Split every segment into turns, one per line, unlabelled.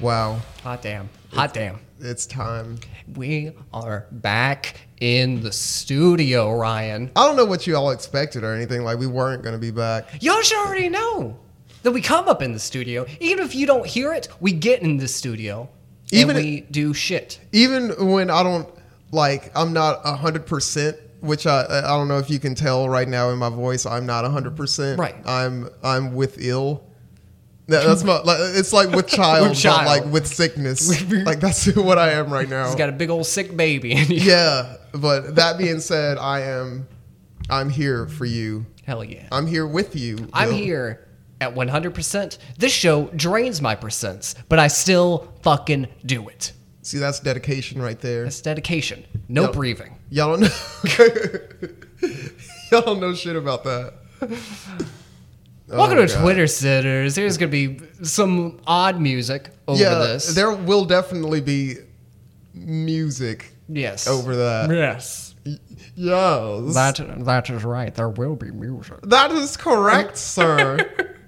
Wow.
Hot damn. Hot damn.
It's time.
We are back in the studio, Ryan.
I don't know what you all expected or anything. Like, we weren't going to be back.
Y'all should already know that we come up in the studio. Even if you don't hear it, we get in the studio.
Even
and we do shit.
Even when I don't, like, I'm not 100%. Which I I don't know if you can tell right now in my voice I'm not 100%.
Right.
I'm I'm with ill. That, that's my like, it's like with child,
With child.
but like with sickness. like that's what I am right now.
He's got a big old sick baby. And you,
yeah, but that being said, I am I'm here for you.
Hell yeah.
I'm here with you.
I'm
Bill.
here at 100%. This show drains my percents, but I still fucking do it.
See, that's dedication right there.
That's dedication. No
Yep.
breathing.
Y'all don't know. Y'all don't know shit about that.
Welcome
Oh my
to
God.
Twitter Sitters. There's going to be some odd music over
yeah,
this.
there will definitely be music
yes.
over that.
Yes.
Yes,
That, that is right. There will be music.
that is correct, sir.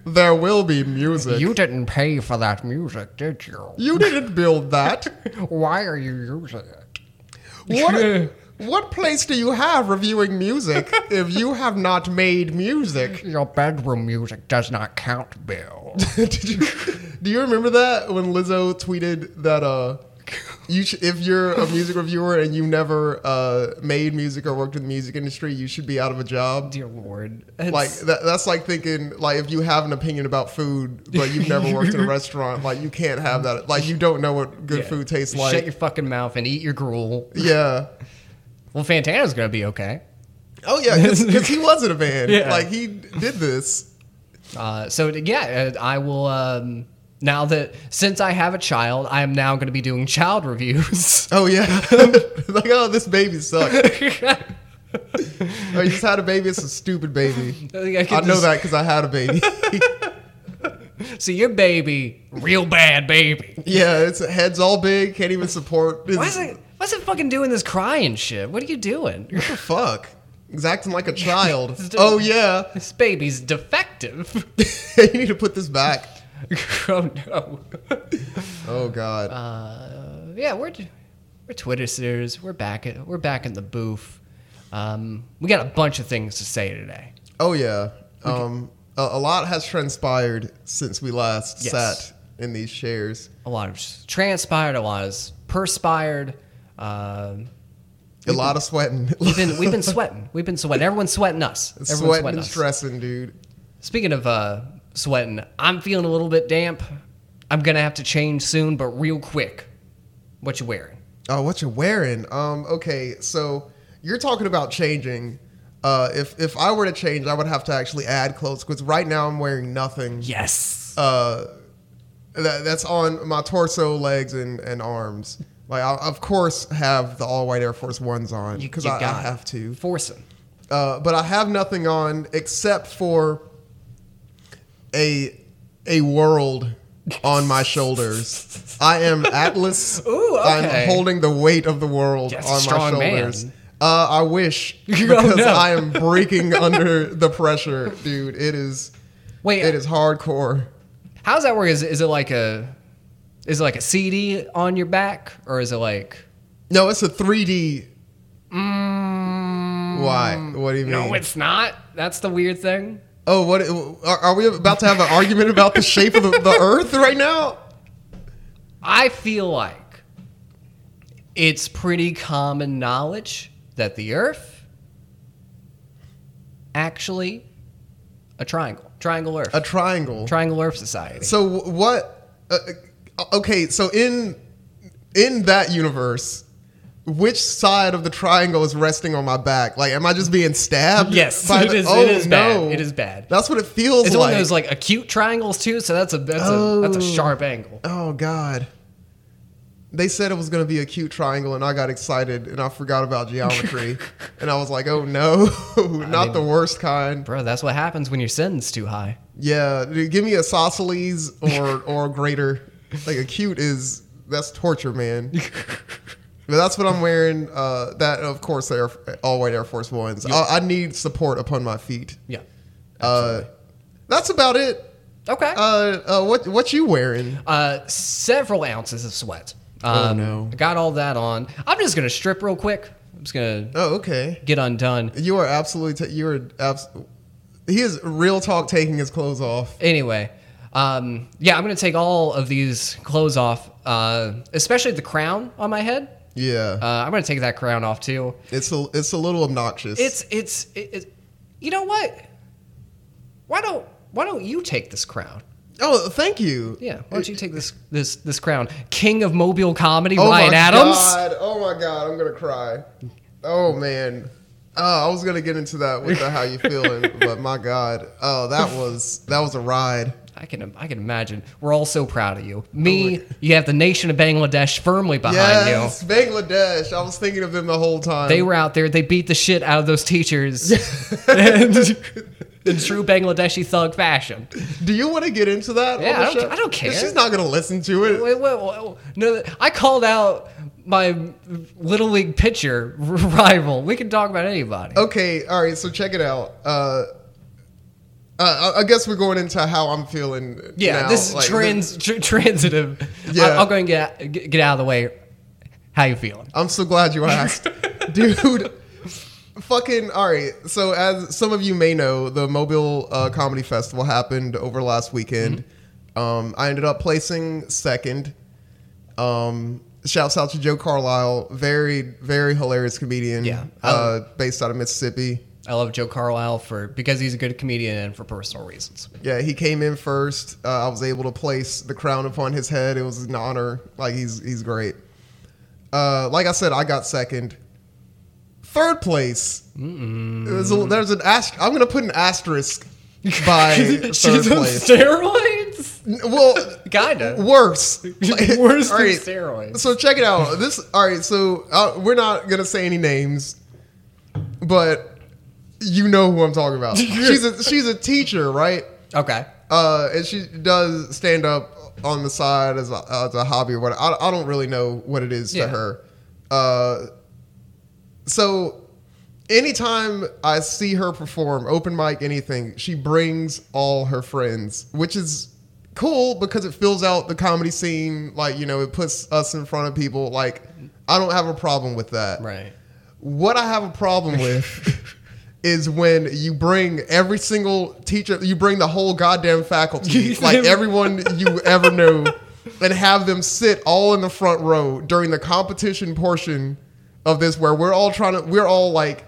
there will be music.
You didn't pay for that music, did you?
You didn't build that.
Why are you using it?
What? What place do you have reviewing music if you have not made music?
Your bedroom music does not count, Bill.
Did you, do you remember that when Lizzo tweeted that uh, you sh- if you're a music reviewer and you never uh, made music or worked in the music industry, you should be out of a job.
Dear Lord. It's-
Like that, that's like thinking like if you have an opinion about food but you've never worked in a restaurant, like you can't have that. Like you don't know what good
yeah.
food tastes
Shut your
like.
fucking mouth and eat your gruel.
yeah.
Well, Fantana's gonna be okay.
Oh yeah, because he was in a band.
Yeah.
Like he did this.
Uh, so yeah, uh, I will. Um, now that since I have a child, I am now gonna be doing child reviews.
Oh yeah. like oh, this baby sucks.
I
Oh, you just had a baby. It's a stupid baby.
think I
I
could
know
just-
that because I had a baby.
So your baby, real bad baby.
yeah, its head's all big. Can't even support.
Why is it? Why's it fucking doing this crying shit? What are you doing?
What the fuck? He's acting like a child.
It's doing-
oh yeah.
This baby's defective.
you need to put this back.
oh no.
Oh god.
Uh, yeah, we're we're Twitter sitters. We're back at we're back in the booth. Um, we got a bunch of things to say today.
oh yeah. Um, a, a lot has transpired since we last
Yes.
sat in these chairs.
a lot of transpired, a lot is perspired. Um
A lot of sweating.
we've been we've been sweating. We've been sweating. Everyone's sweating us. Everyone's sweating,
sweating and
us.
stressing, dude.
Speaking of uh, sweating, I'm feeling a little bit damp. I'm gonna have to change soon, but real quick, what you wearing?
Oh, what you wearing? Um, okay, so you're talking about changing. Uh, if if I were to change, I would have to actually add clothes because right now I'm wearing nothing.
Yes.
Uh, that, that's on my torso, legs, and, and arms. Like I of course have the all white Air Force Ones on
You-
because
you
I, I
got it.
have to.
Forcing.
Uh, but I have nothing on except for a a world on my shoulders. I am Atlas.
Ooh, okay.
I'm holding the weight of the world
Yes,
on my
strong
shoulders.
man.
Uh, I wish
Oh,
because
no.
I am breaking under the pressure, dude. It is
Wait,
it is hardcore.
how's that work? Is is it like a is it like a CD on your back, or is it like?
No, it's a 3D.
Mm,
Why? What do you mean?
No, it's not. That's the weird thing.
oh, what are, are we about to have an argument about the shape of the, the Earth right now?
I feel like it's pretty common knowledge that the Earth actually a triangle, triangle Earth,
A triangle.
triangle Earth society.
So wh- what? Uh, uh, okay, so in in that universe, which side of the triangle is resting on my back? Like, am I just being stabbed?
Yes,
by
it
the-
is- it
oh,
is bad.
no.
It is bad.
That's what it feels
it's
like.
one of those like acute triangles too. So that's a that's a that's a
Oh.
sharp angle.
oh God. They said it was going to be a cute triangle, and I got excited, and I forgot about geometry, and I was like, "Oh no, not the worst kind."
Bro, that's what happens when your sentence too high.
Yeah, dude, give me isosceles or or greater. Like acute is that's torture, man. But that's what I'm wearing. Uh, that of course, Air, all white Air Force Ones. I, I need support upon my feet.
Yeah.
Uh, that's about it.
Okay.
Uh, uh, what what you wearing?
uh, several ounces of sweat.
Oh,
Um,
no.
I got all that on. I'm just gonna strip real quick. I'm just gonna
Oh, okay.
get undone.
You are absolutely. Ta- you are abs- He is real talk taking his clothes off.
Anyway, um, yeah, I'm gonna take all of these clothes off, uh, especially the crown on my head.
Yeah,
Uh, I'm gonna take that crown off too.
it's a it's a little obnoxious.
It's it's it, it, you know what? Why don't why don't you take this crown?
oh, thank you.
Yeah, why don't you take this this this crown? King of mobile comedy,
Oh
Ryan
my
Adams.
god! Oh my god! I'm gonna cry. Oh man. Uh, I was gonna get into that with the how you feeling, but my god, oh that was that was a ride.
I can I can imagine. We're all so proud of you. Me, you have the nation of Bangladesh firmly behind
Yes, Bangladesh. I was thinking of them the whole time.
you. They were out there. They beat the shit out of those teachers And- in true Bangladeshi thug fashion.
Do you want to get into that? on the
Yeah, I don't-
show?
I don't care.
She's not gonna listen to it.
Wait, wait, wait, no, I called out my little league pitcher rival. We can talk about anybody.
Okay, all right. So check it out. Uh, uh, I I guess we're going into how I'm feeling.
Yeah,
now,
this is
like,
trans tr- transitive.
Yeah.
I, will go and get get get out of the way. How you feeling?
I'm so glad you asked, dude. Fucking all right. So as some of you may know, the Mobile uh, Comedy Festival happened over last weekend.
Mm-hmm.
Um, I ended up placing second. Um, shouts out to Joe Carlisle, very very hilarious comedian.
Yeah.
uh, based out of Mississippi.
I love Joe Carlisle for because he's a good comedian and for personal reasons.
Yeah, he came in first. Uh, I was able to place the crown upon his head. It was an honor. Like he's he's great. Uh, like I said, I got second. Third place. It was a, there's an ast- I'm gonna put an asterisk by third
She's on
place.
steroids?
N- well,
Kinda.
worse.
Worse than
All right,
steroids.
So check it out. This all right. So uh, we're not gonna say any names, but you know who I'm talking about. she's a, she's a teacher, right?
Okay.
uh, and she does stand up on the side as a, as a hobby or what. I, I don't really know what it is
Yeah.
to her. Uh, so anytime I see her perform, open mic, anything, she brings all her friends, which is cool because it fills out the comedy scene. Like you know, it puts us in front of people. Like I don't have a problem with that.
Right.
What I have a problem with is when you bring every single teacher, you bring the whole goddamn faculty, like everyone you ever knew, and have them sit all in the front row during the competition portion of this, where we're all trying to, we're all like,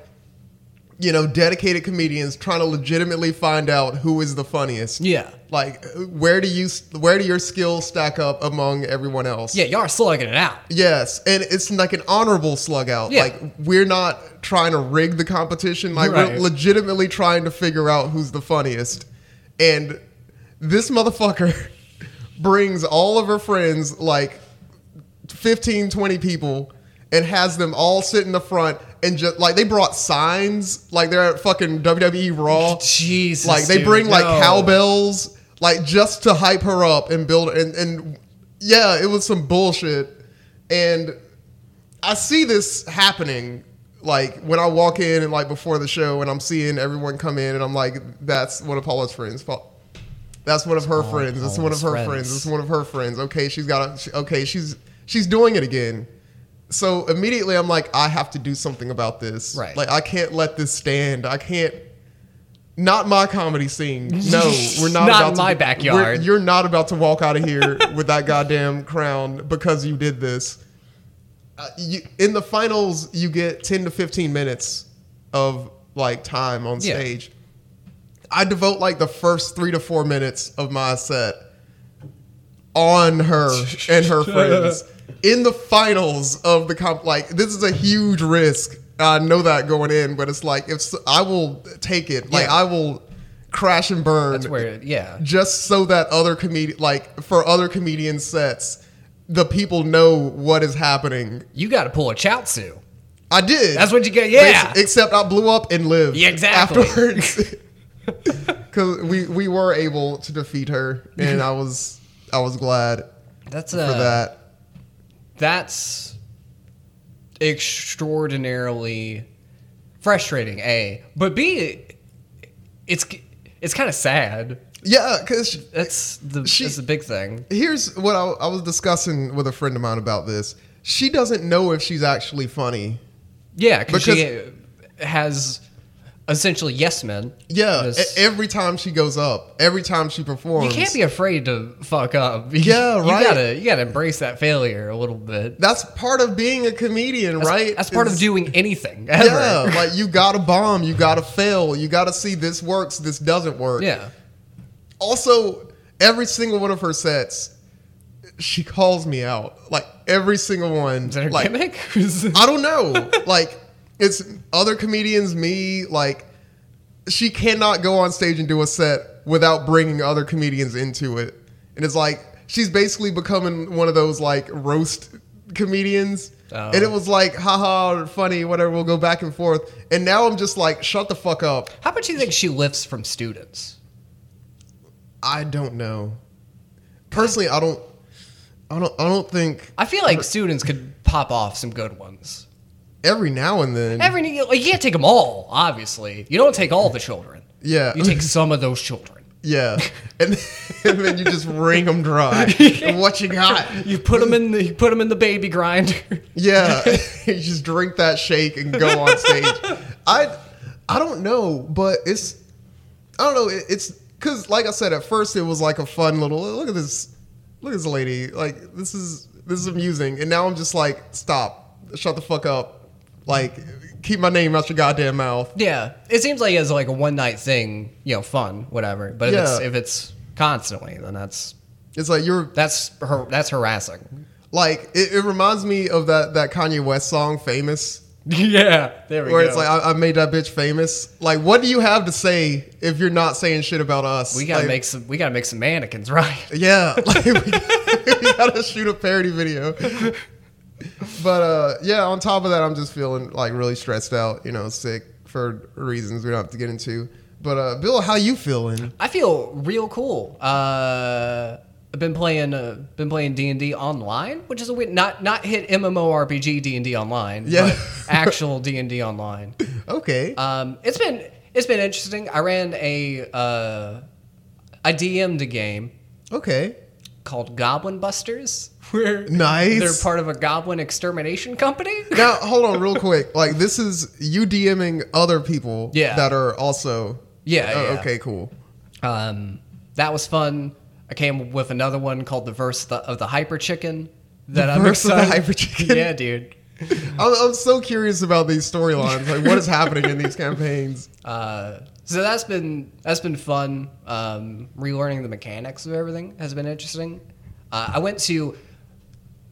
you know, dedicated comedians trying to legitimately find out who is the funniest.
Yeah.
Like, where do you, where do your skills stack up among everyone else?
Yeah, y'all are slugging it out.
Yes, and it's like an honorable slug out.
Yeah.
Like we're not trying to rig the competition. Like
Right.
we're legitimately trying to figure out who's the funniest. And this motherfucker brings all of her friends like 15 20 people and has them all sit in the front and just like they brought signs like they're at fucking WWE Raw.
Jesus.
Like they
dude,
bring like
no.
cowbells, like just to hype her up and build and and yeah, it was some bullshit. And I see this happening like when I walk in and like before the show and I'm seeing everyone come in and I'm like, that's one of Paula's friends. Pa- that's one of her friends. That's one of her
Paula's
friends. That's
friends.
one of her friends. Okay, she's got. A, she- okay, she's she's doing it again. So immediately I'm like, I have to do something about this.
Right.
Like I can't let this stand. I can't. Not my comedy scene. No, we're not.
Not
about
in
to
my
do-
backyard.
we're- You're not about to walk out of here with that goddamn crown because you did this. Uh, you, in the finals, you get ten to fifteen minutes of like time on
Yeah.
stage. I devote like the first three to four minutes of my set on her and her friends in the finals of the comp. Like this is a huge risk. I know that going in, but it's like if s I I will take it, like
Yeah.
I will crash and burn
That's where yeah.
just so that other comedian, like for other comedian sets, the people know what is happening.
You gotta pull a Chaozu.
I did.
That's what you get yeah.
Basi- Except I blew up and lived.
Yeah, exactly.
Afterwards, because we we were able to defeat her, and I was I was glad
that's
for
uh,
that.
that's extraordinarily frustrating a but b it's it's kind of sad
Yeah, because
That's the
She-
that's the big thing.
here's what I, I was discussing with a friend of mine about this. She doesn't know if she's actually funny.
Yeah, because she has essentially yes men.
Yeah,
This-
e- every time she goes up, every time she
you
performs,
can't be afraid to fuck up.
Yeah, right.
You gotta you gotta embrace that failure a little bit.
That's part of being a comedian,
That's,
right?
That's part of
Is-
doing anything ever.
Yeah, like you gotta bomb, you gotta fail, you gotta see this works, this doesn't work.
yeah.
Also, every single one of her sets, she calls me out. Like every single one.
Is that her
like,
gimmick?
I don't know. like it's other comedians, me. Like she cannot go on stage and do a set without bringing other comedians into it, and it's like she's basically becoming one of those like roast comedians.
Oh.
And it was like, haha, funny, whatever. We'll go back and forth. And now I'm just like, shut the fuck up.
How much do you think she lifts from students?
I don't know. Personally, I don't. I don't. I don't think
I feel like students could pop off some good ones.
every now and then.
Every like, you can't take them all, obviously. You don't take all the children.
yeah.
You take some of those children.
Yeah, and, and then you just wring them dry. what you got?
You put them in the you put 'em in the baby grinder.
Yeah, you just drink that shake and go on stage. I, I don't know, but it's, I don't know. It, it's because, like I said, at first it was like a fun little look at this, look at this lady. Like this is this is amusing, and now I'm just like, stop, shut the fuck up, like keep my name out your goddamn mouth.
Yeah, it seems like it's like a one night thing, you know, fun, whatever. But if, it's,
Yeah.
if it's constantly, then that's
It's like you're
that's her, that's harassing.
like it, it reminds me of that that Kanye West song, famous.
yeah, there we
Where
go.
it's like I, I made that bitch famous. Like, what do you have to say if you're not saying shit about us?
we gotta
Like,
make some we gotta make some mannequins, right?
yeah. Like, we, we gotta shoot a parody video. But uh, yeah, on top of that, I'm just feeling like really stressed out. You know, sick for reasons we don't have to get into. But uh, Bill, how you feeling?
I feel real cool. Uh, I've been playing uh, been playing D and D online, which is a weird not not hit MMORPG D and D online,
Yeah.
but actual D and D online.
Okay.
Um, it's been it's been interesting. I ran a uh, I DM'd a game
okay.
called Goblin Busters, where
Nice.
they're part of a goblin extermination company.
Now hold on, real quick. Like this is you DMing other people
Yeah.
that are also.
Yeah,
Oh,
yeah.
Okay. Cool.
Um, that was fun. I came up with another one called the Verse of the, of the Hyper Chicken. That
The
I'm
Verse of the
excited-
Hyper Chicken?
Yeah, dude.
I'm, I'm so curious about these storylines. Like, what is happening in these campaigns?
Uh, so that's been that's been fun. Um, relearning the mechanics of everything has been interesting. Uh, I went to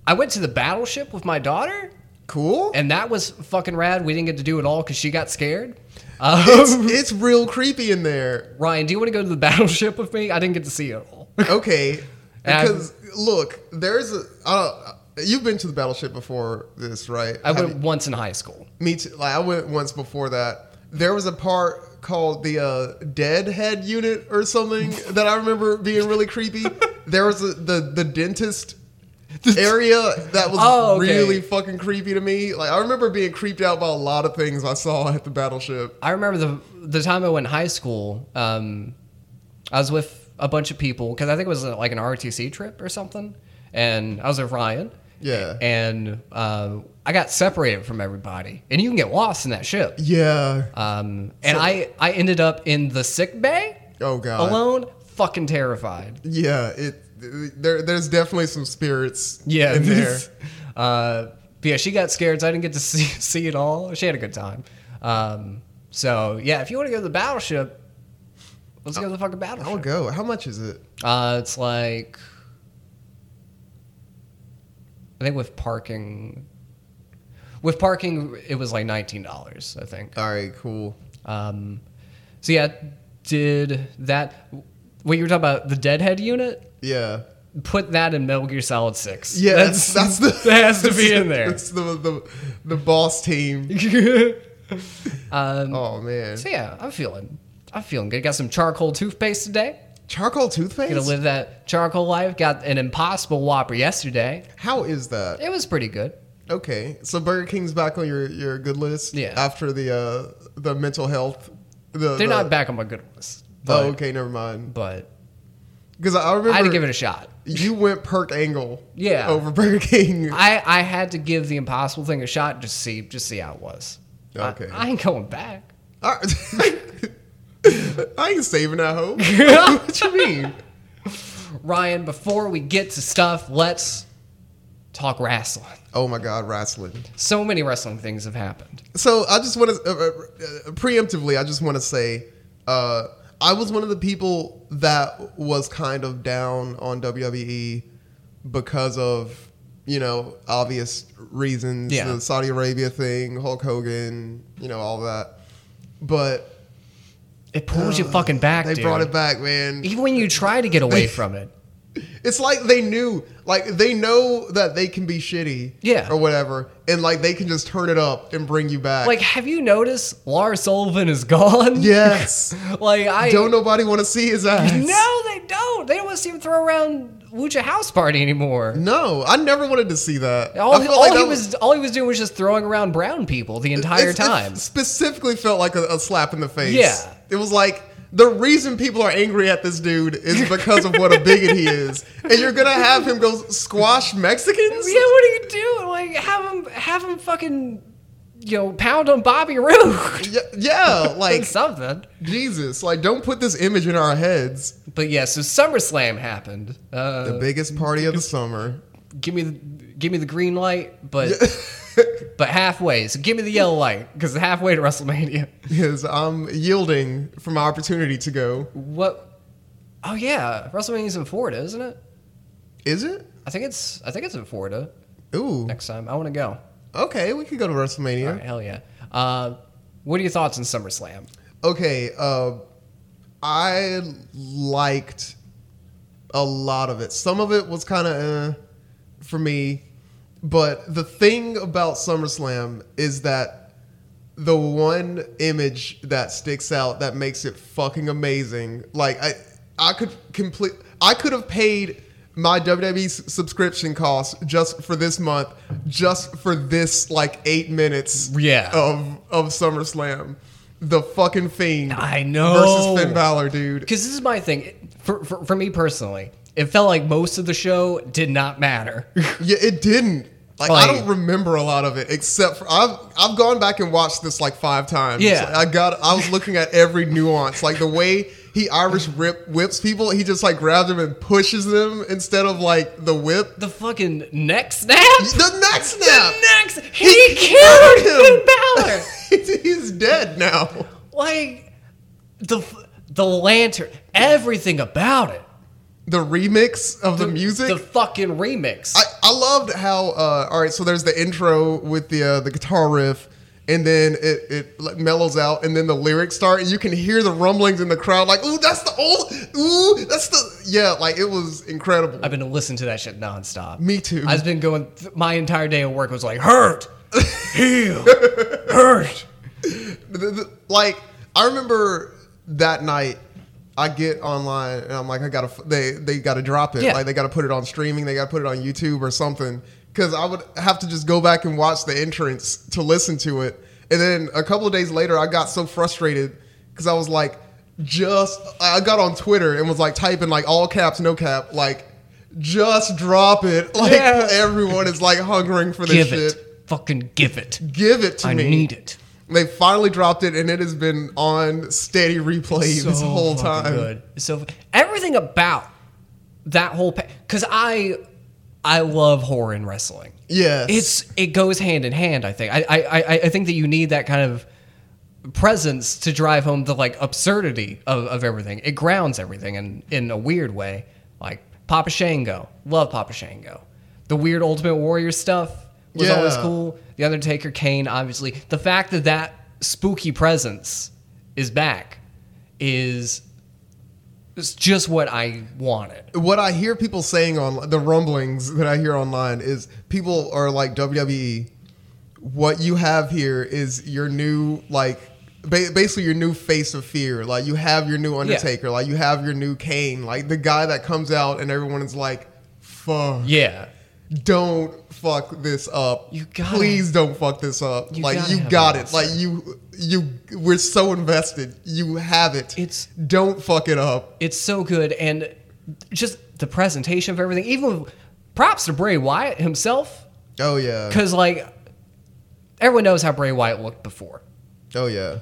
I went to the battleship with my daughter,
Cool.
and that was fucking rad. We didn't get to do it all because she got scared. Um,
it's, it's real creepy in there.
Ryan, do you want to go to the battleship with me? I didn't get to see it all.
Okay.
And I've-
Because look, there's a. I don't, you've been to the battleship before this, right?
I
Have
went once in high school.
you- me too. Like I went once before that. There was a part called the uh, Deadhead Unit or something that I remember being really creepy. There was a, the the dentist area that was
Oh, okay.
really fucking creepy to me. Like I remember being creeped out by a lot of things I saw at the battleship.
I remember the the time I went in high school. Um, I was with a bunch of people because I think it was uh, like an ROTC trip or something, and I was with Ryan.
Yeah.
And uh, I got separated from everybody, and you can get lost in that ship.
Yeah.
Um, and I I ended up in the sick bay
Oh god.
alone, fucking terrified.
Yeah, it there there's definitely some spirits
Yeah,
in there.
Uh, but yeah, she got scared, so I didn't get to see, see it all. She had a good time. Um, so yeah, if you want to go to the battleship, let's go to the fucking
I'll
battleship.
go. How much is it?
Uh, it's like I think with parking, with parking, it was like nineteen dollars. I think.
All right, cool.
Um, so yeah, did that. What you were talking about the Deadhead unit?
Yeah.
Put that in Metal Gear Solid Six.
Yeah, that's that's the
that has to be in there.
It's the the the boss team.
um,
Oh man.
So yeah, I'm feeling, I'm feeling good. Got some charcoal toothpaste today.
Charcoal
Gonna
toothpaste?
live that charcoal life. Got an Impossible Whopper yesterday.
How is that?
It was pretty good.
Okay. So Burger King's back on your your good list
Yeah.
after the uh the mental health the
They're
the-
not back on my good list.
Oh,
But,
okay, never mind.
but
Because I remember
I had to give it a shot.
you went perk angle
Yeah.
over Burger King.
I, I had to give the impossible thing a shot just see just see how it was. I-
Okay.
I, ain't going back.
I, I ain't saving that hope.
what you mean? Ryan, before we get to stuff, let's talk wrestling.
Oh my God, wrestling.
So many wrestling things have happened.
So I just want to uh, uh, preemptively, I just want to say, uh, I was one of the people that was kind of down on WWE because of you know obvious reasons,
Yeah.
the Saudi Arabia thing, Hulk Hogan, you know all that. But
It pulls you fucking back,
Uh, they
dude.
brought it back, man.
Even when you try to get away from it.
It's like they knew, like they know that they can be shitty,
Yeah.
or whatever, and like they can just turn it up and bring you back.
Like, have you noticed Lars Sullivan is gone?
yes,
Like, I
don't nobody want to see his ass.
No, they don't. They don't want to see him throw around Lucha House Party anymore.
No, I never wanted to see that.
All,
I
he,
felt
all
like
he
that
was all he was doing was just throwing around brown people the entire
it's- it
time.
specifically felt like a, a slap in the face.
Yeah.
It was like the reason people are angry at this dude is because of what a bigot he is. And you're going to have him go squash Mexicans?
Yeah, what do you do? Like have him have him fucking you know pound on Bobby Roode.
Yeah, yeah,
like
like
something.
Jesus, like don't put this image in our heads.
But yeah, so SummerSlam happened. Uh,
The biggest party of the summer.
give me the give me the green light, but but halfway. So give me the yellow light because halfway to WrestleMania.
Because I'm yielding from my opportunity to go.
What? Oh yeah, WrestleMania's in Florida, isn't it?
Is it?
I think it's I think it's in Florida
Ooh.
next time. I want to go.
Okay, we could go to WrestleMania.
All right, hell yeah. Uh, what are your thoughts on SummerSlam?
okay uh, i liked a lot of it some of it was kind of uh, for me but the thing about summerslam is that the one image that sticks out that makes it fucking amazing like i i could complete i could have paid my WWE s- subscription cost just for this month, just for this like eight minutes
Yeah.
of of SummerSlam. The fucking fiend.
I know.
Versus Finn Balor, dude.
Because this is my thing. It- For, for, for me personally, it felt like most of the show did not matter.
Yeah, it didn't. Like, I
Like-
don't remember a lot of it except for I've I've gone back and watched this like five times.
Yeah.
Like, I got I was looking at every nuance, like the way he Irish rip whips people. He just like grabs them and pushes them instead of like the whip.
the fucking neck snap?
The neck snap.
The neck s- He, killed Finn Balor!
He's dead now.
like, the, f- the lantern, everything about it.
The remix of the, music.
The fucking remix.
I, I loved how uh, all right. So there's the intro with the uh, the guitar riff, and then it, it like, mellows out, and then the lyrics start, and you can hear the rumblings in the crowd, like ooh, that's the old, ooh, that's the yeah, like it was incredible.
I've been listening to that shit nonstop.
Me too.
I've been going, th- my entire day of work was like, hurt, heal, hurt.
The- the- like I remember that night. I get online and I'm like, I gotta, f- they they gotta drop it.
Yeah.
Like they gotta put it on streaming. They gotta put it on YouTube or something. Because I would have to just go back and watch the entrance to listen to it. And then a couple of days later, I got so frustrated because I was like, just I got on Twitter and was like typing like all caps, no cap, like just drop it. Like
Yeah.
everyone is like hungering for this
Give
shit.
it. Fucking give it.
Give it to
I
me.
need it.
They finally dropped it, and it has been on steady replay this whole
fucking
time.
good. So everything about that whole because I I love horror and wrestling.
Yes,
It's it goes hand in hand. I think I I I, I think that you need that kind of presence to drive home the like absurdity of, of everything. It grounds everything in in a weird way. Like Papa Shango, love Papa Shango. The weird Ultimate Warrior stuff was always
Yeah.
cool. The Undertaker, Kane, obviously. The fact that that spooky presence is back is is just what I wanted.
what I hear people saying on the rumblings that I hear online is people are like WWE. What you have here is your new like ba- basically your new face of fear. Like you have your new Undertaker. Like you have your new Kane. Like the guy that comes out and everyone is like, "Fuck,
Yeah.
don't fuck this up.
You got
please don't fuck this up.
You
like
gotta
you
have
got
an
it. Like you you we're so invested. You have it.
It's-
don't fuck it up.
It's so good and just the presentation of everything. Even with- props to Bray Wyatt himself,
Oh yeah.
because like everyone knows how Bray Wyatt looked before.
Oh yeah.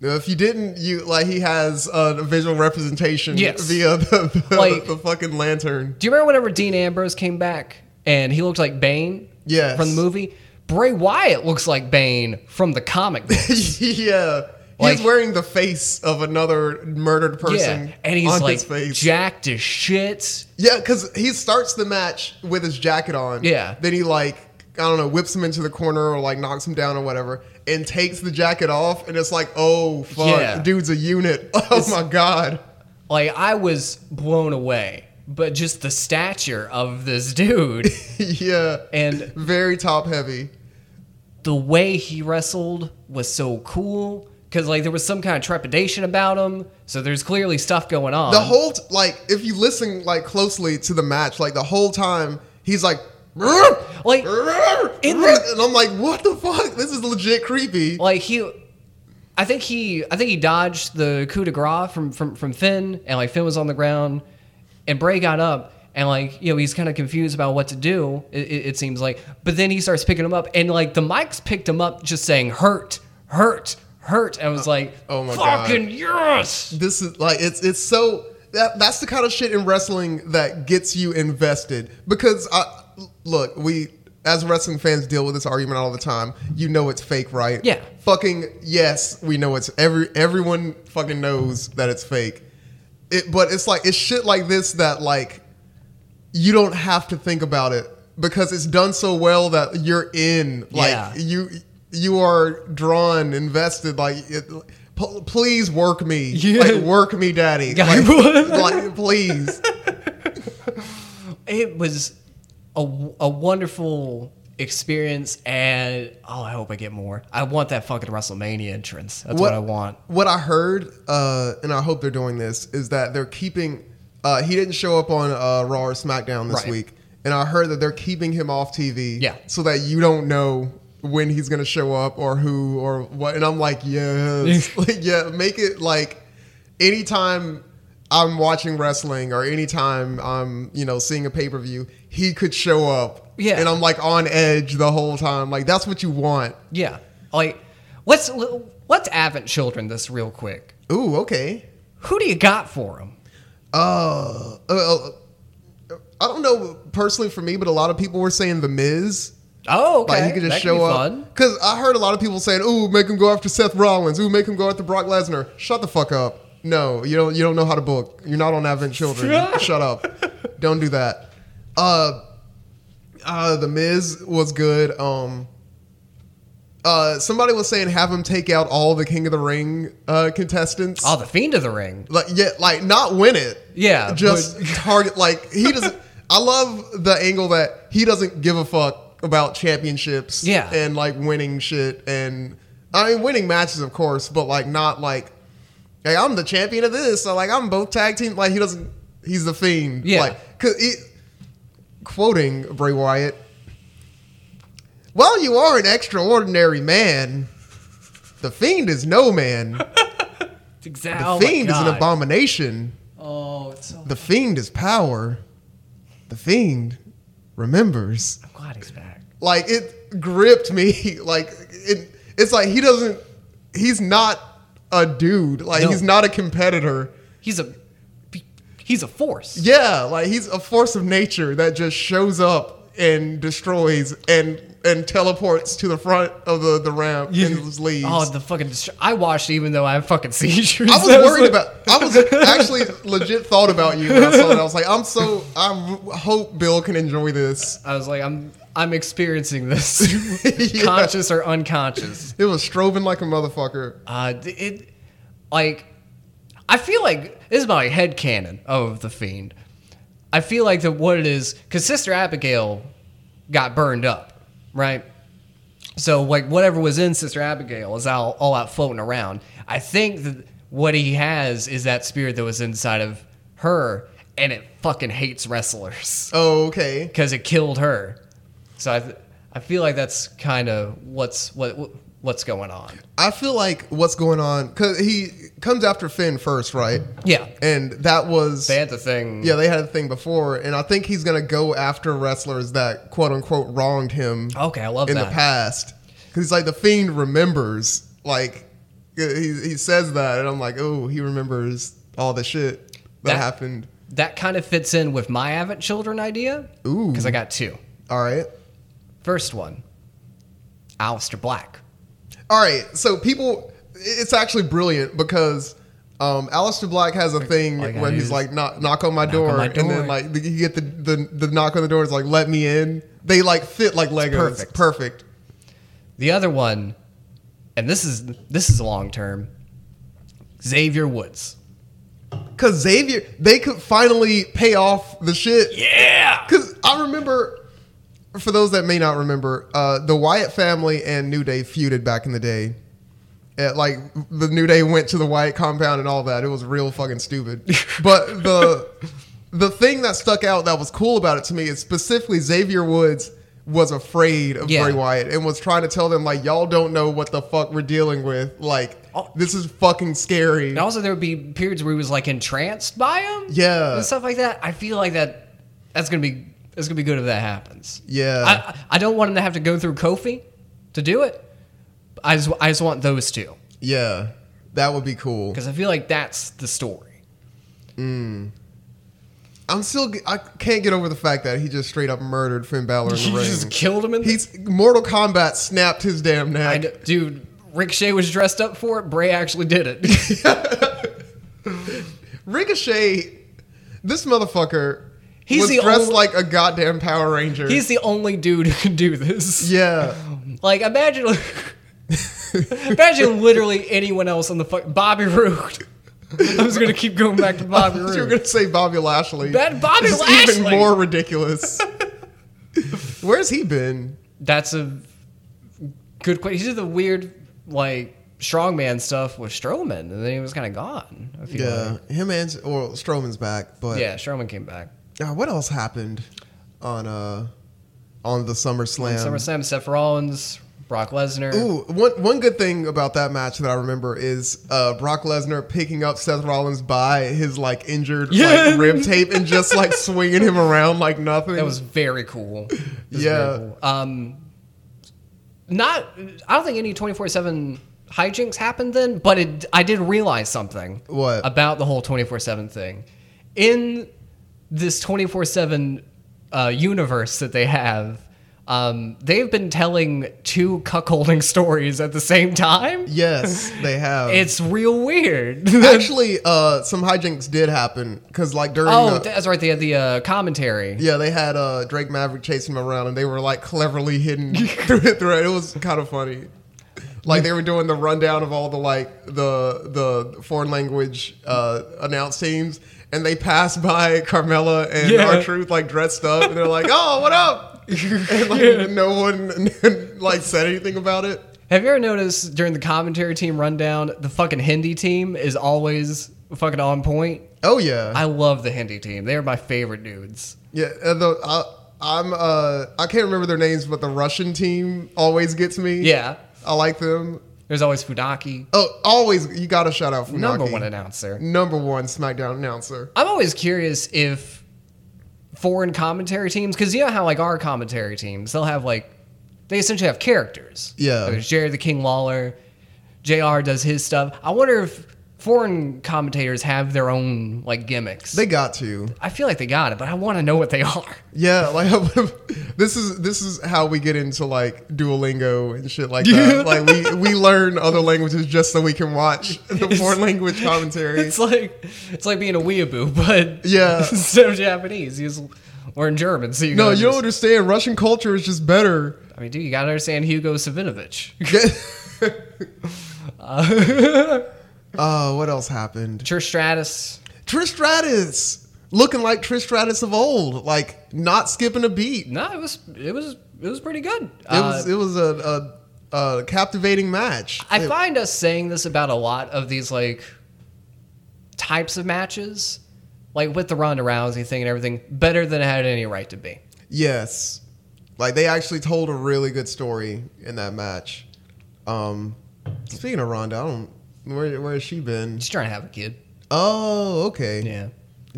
Now, if you didn't, you like he has uh, a visual representation
Yes.
via the, the,
Like-
the fucking lantern.
Do you remember whenever Dean Ambrose came back and he looked like Bane?
Yes.
From the movie? Bray Wyatt looks like Bane from the comic book.
yeah.
Like-
he's wearing the face of another murdered person
yeah. And he's
on
like
his face.
jacked as shit.
yeah, because he starts the match with his jacket on.
Yeah.
Then he like I don't know, whips him into the corner or like knocks him down or whatever, and takes the jacket off, and it's like, oh fuck,
Yeah.
dude's a unit. Oh my god.
Like I was blown away. But just the stature of this dude
yeah.
and
Very top heavy.
the way he wrestled was so cool. Cause like there was some kind of trepidation about him. So there's clearly stuff going on.
The whole t- like, if you listen like closely to the match, like the whole time he's like,
Like, in the-
and I'm like, what the fuck? This is legit creepy.
like he I think he I think he dodged the coup de grace from from from Finn and like Finn was on the ground and Bray got up and like you know he's kind of confused about what to do it, it, it seems like but then he starts picking him up and like the mics picked him up just saying hurt hurt hurt and I was like
oh my God.
fucking yes
This is like, it's it's so that that's the kind of shit in wrestling that gets you invested because I look we. As wrestling fans deal with this argument all the time, you know it's fake, right?
Yeah.
Fucking yes, we know it's every everyone fucking knows that it's fake. It, but it's like it's shit like this that like you don't have to think about it because it's done so well that you're in like
Yeah.
you you are drawn invested like it, p- please work me
Yeah.
like work me daddy
Guy-
like, like, please
it was a, a wonderful experience and oh I hope I get more I want that fucking WrestleMania entrance that's what I want
What I heard, uh, and I hope they're doing this, is that they're keeping. Uh, he didn't show up on uh, Raw or SmackDown this
Right.
week, and I heard that they're keeping him off TV.
Yeah.
So that you don't know when he's going to show up or who or what. And I'm like, yes, Like, yeah. Make it like anytime I'm watching wrestling or anytime I'm you know seeing a pay per view, he could show up.
Yeah.
And I'm like on edge the whole time. Like that's what you want.
Yeah. Like, let's let's Avent Children this real quick.
Ooh, okay.
Who do you got for him?
Uh, uh, uh, I don't know personally for me, but a lot of people were saying The Miz.
Oh, okay.
Like he could just
That
show
be
up.
Fun.
Because I heard a lot of people saying, "Ooh, make him go after Seth Rollins. Ooh, make him go after Brock Lesnar." Shut the fuck up. No, you don't. You don't know how to book. You're not on Advent Children. Shut up. Don't do that. Uh, uh, The Miz was good. Um. Uh, somebody was saying have him take out all the King of the Ring uh, contestants
Oh, the Fiend of the Ring.
like yeah, like not win it.
Yeah,
just target. Like he doesn't. I love the angle that he doesn't give a fuck about championships.
Yeah.
and like winning shit, and I mean winning matches, of course, but like not like, like I'm the champion of this. So like I'm both tag team. Like he doesn't. He's the fiend.
Yeah.
like cause he, quoting Bray Wyatt. While you are an extraordinary man, the fiend is no man.
Exactly.
The fiend is an abomination.
Oh, it's so.
The fiend is power. The fiend remembers.
I'm glad he's back.
Like it gripped me. Like it. It's like he doesn't. He's not a dude. Like
No.
he's not a competitor.
He's a he's a force.
Yeah. Like he's a force of nature that just shows up and destroys and and teleports to the front of the the ramp and just leaves.
Oh, the fucking! Dist- I watched even though I have fucking seizures.
I was worried about. I was actually legit thought about you when I saw it. I was like, I'm so. I hope Bill can enjoy this.
I was like, I'm I'm experiencing this,
Yeah.
conscious or unconscious.
It was strobing like a motherfucker.
Uh, th- it like I feel like this is my head canon of the fiend. I feel like that what it is because Sister Abigail got burned up, right? So like whatever was in Sister Abigail is all, all out floating around. I think that what he has is that spirit that was inside of her, and it fucking hates wrestlers
Oh, okay.
because it killed her. So I, th- I feel like that's kind of what's what what's going on.
I feel like what's going on because he comes after Finn first, right?
Yeah.
And that was
They had the thing.
yeah, they had a thing before, and I think he's gonna go after wrestlers that quote unquote wronged him
Okay, I love
in the
that.
past because he's like the fiend remembers like he he says that, and I'm like, oh, he remembers all the shit that,
That-
happened.
That kind of fits in with my Avent Children idea.
Ooh.
Because I got two.
All right.
First one, Alistair Black.
All right, so people, it's actually brilliant because um, Alistair Black has a thing
all you gotta
where
do
he's
is
like knock knock on my
knock
door,
on my
and
door.
then like the, you get the, the the knock on the door is like let me in. They like fit like Legos,
perfect.
perfect.
The other one, and this is this is long term, Xavier Woods.
Cause Xavier, they could finally pay off the shit.
Yeah.
Cause I remember, for those that may not remember, uh, the Wyatt family and New Day feuded back in the day. At, like the New Day went to the Wyatt compound and all that. It was real fucking stupid. But the the thing that stuck out that was cool about it to me is specifically Xavier Woods was afraid of
Yeah.
Bray Wyatt and was trying to tell them like y'all don't know what the fuck we're dealing with. Like
Oh.
this is fucking scary.
And also, there would be periods where he was like entranced by him.
Yeah.
And stuff like that. I feel like that that's gonna be that's gonna be good if that happens.
Yeah.
I I don't want him to have to go through Kofi to do it. I just I just want those two
Yeah. That would be cool.
because I feel like that's the story.
I'm still. I can't get over the fact that he just straight up murdered Finn Balor in
He
the ring.
just killed him in the
He's Mortal Kombat snapped his damn
I
neck.
know- dude, Ricochet was dressed up for it. Bray actually did it.
Ricochet, this motherfucker,
He's
was
the
dressed
only-
like a goddamn Power Ranger.
He's the only dude who can do this.
yeah,
Like imagine, imagine literally anyone else on the fuck Bobby Roode. I was gonna keep going back to Bobby
you were
Roode.
gonna say Bobby Lashley.
That Bobby
This is even
Lashley!
more ridiculous. Where's he been?
That's a good question. He did the weird like strongman stuff with Strowman, and then he was kind of gone. I feel like.
Yeah, him and or Strowman's back, but
yeah. Strowman came back.
Uh, what else happened on uh on the SummerSlam?
SummerSlam, Seth Rollins, Brock Lesnar.
Ooh, one one good thing about that match that I remember is uh, Brock Lesnar picking up Seth Rollins by his like injured
Yeah.
like, rib tape and just like swinging him around like nothing.
That was very cool. It was
Yeah.
very cool. Um, not. I don't think any twenty four seven hijinks happened then, but it, I did realize something.
What?
about the whole twenty four seven thing? In this twenty four seven uh, universe that they have, um, they've been telling two cuckolding stories at the same time.
yes, they have.
It's real weird.
actually uh, some hijinks did happen because like during
oh,
the,
that's right. They had the uh, commentary.
yeah they had uh, Drake Maverick chasing him around and they were like cleverly hidden through it. Through it. it was kind of funny. Like they were doing the rundown of all the like the the foreign language uh, announced teams, and they passed by Carmela and
Yeah.
our truth like dressed up, and they're like, "Oh, what up?" And like no one like said anything about it.
Have you ever noticed during the commentary team rundown, the fucking Hindi team is always fucking on point?
Oh yeah,
I love the Hindi team. They are my favorite dudes.
Yeah, uh, the I, I'm uh I can't remember their names, but the Russian team always gets me.
Yeah.
I like them.
There's always Funaki,
Oh, always you got to shout out Funaki.
number one announcer.
number one SmackDown announcer.
I'm always curious if foreign commentary teams, because you know how like our commentary teams, they'll have like they essentially have characters.
Yeah.
there's Jerry the King Lawler, Jr. does his stuff. I wonder if foreign commentators have their own like gimmicks.
They got to.
I feel like they got it, but I want to know what they are.
Yeah, like this is this is how we get into like Duolingo and shit like that. like we we learn other languages just so we can watch the foreign language commentary.
It's like it's like being a weeaboo, but
Yeah.
instead of Japanese, you just learn German. So you
No,
gotta
you don't
just-
understand. Russian culture is just better.
I mean, dude, you gotta understand Hugo Savinovich.
uh, what else happened?
Trish Stratus.
Trish Stratus looking like Trish Stratus of old, like not skipping a beat. It
No, it was it was it was pretty good. It
was it was a, a, a captivating match.
Uh, I find us saying this about a lot of these like types of matches, like with the Ronda Rousey thing and everything, better than it had any right to be.
yes, like they actually told a really good story in that match. Um, speaking of Rhonda, I don't. Where where has she been?
She's trying to have a kid.
Oh, okay.
Yeah.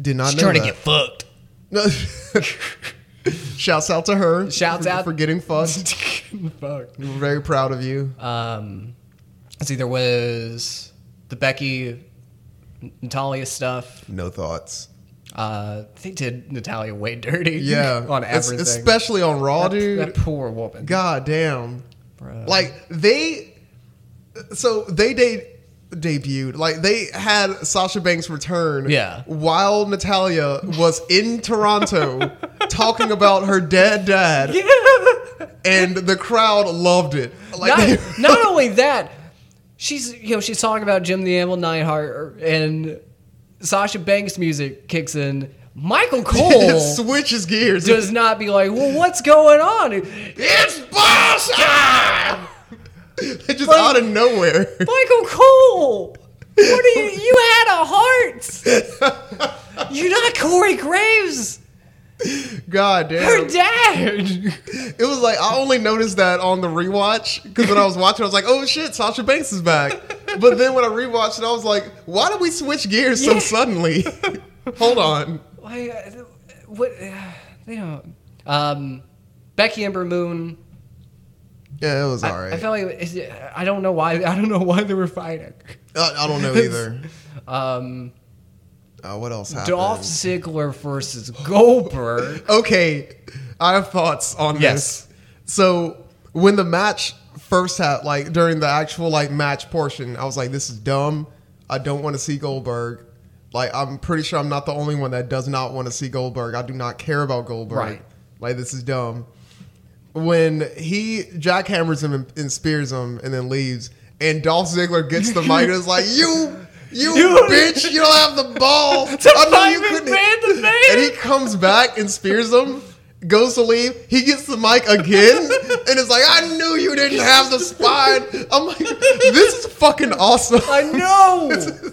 Did not
She's
know
trying to
that.
get fucked.
No. Shouts out to her.
Shouts
for,
out.
for getting fucked. We're
Fuck.
very proud of you.
Um, let's see, there was the Becky Natalia stuff.
No thoughts.
Uh, they did Natalia way dirty.
Yeah,
on
Es-
everything.
especially on Raw,
that,
dude.
that poor woman.
God damn.
Bruh.
Like they, so they de- debuted. Like they had Sasha Banks return.
Yeah.
While Natalia was in Toronto talking about her dead dad, and the crowd loved it. Like
not,
they-
not only that, she's you know she's talking about Jim the Anvil Neidhart er, and Sasha Banks music kicks in. Michael
it
Cole
switches gears.
does not be like, well, what's going on?
it's boss time. Just
Like-
out of nowhere.
Michael Cole, what are you? You had a heart. You're not Corey Graves,
God damn.
her dad.
It was like I only noticed that on the rewatch because when I was watching, I was like, "Oh shit, Sasha Banks is back!" But then when I rewatched it, I was like, "Why did we switch gears so
Yeah.
suddenly?" Hold on.
Why? uh, What? uh, They don't. Um, Becky Amber Moon.
Yeah, it was
I-
all right.
I
I,
felt like is it- I don't know why. I don't know why they were fighting.
I, don't know either.
Um,
Uh, what else happened?
Dolph Ziggler versus Goldberg.
Okay, I have thoughts on
Yes.
this. So when the match first had like during the actual like match portion, I was like, "This is dumb. I don't want to see Goldberg." Like I'm pretty sure I'm not the only one that does not want to see Goldberg. I do not care about Goldberg.
Right.
Like this is dumb. When he jackhammers him and, and spears him and then leaves, and Dolph Ziggler gets the mic and is like, "You." You,
You-
bitch, you don't have the ball.
To
I knew
fight
you couldn't.
McMahon the man.
And he comes back and spears him, goes to leave. He gets the mic again and is like, I knew you didn't have the spine. I'm like, this is fucking awesome.
I know.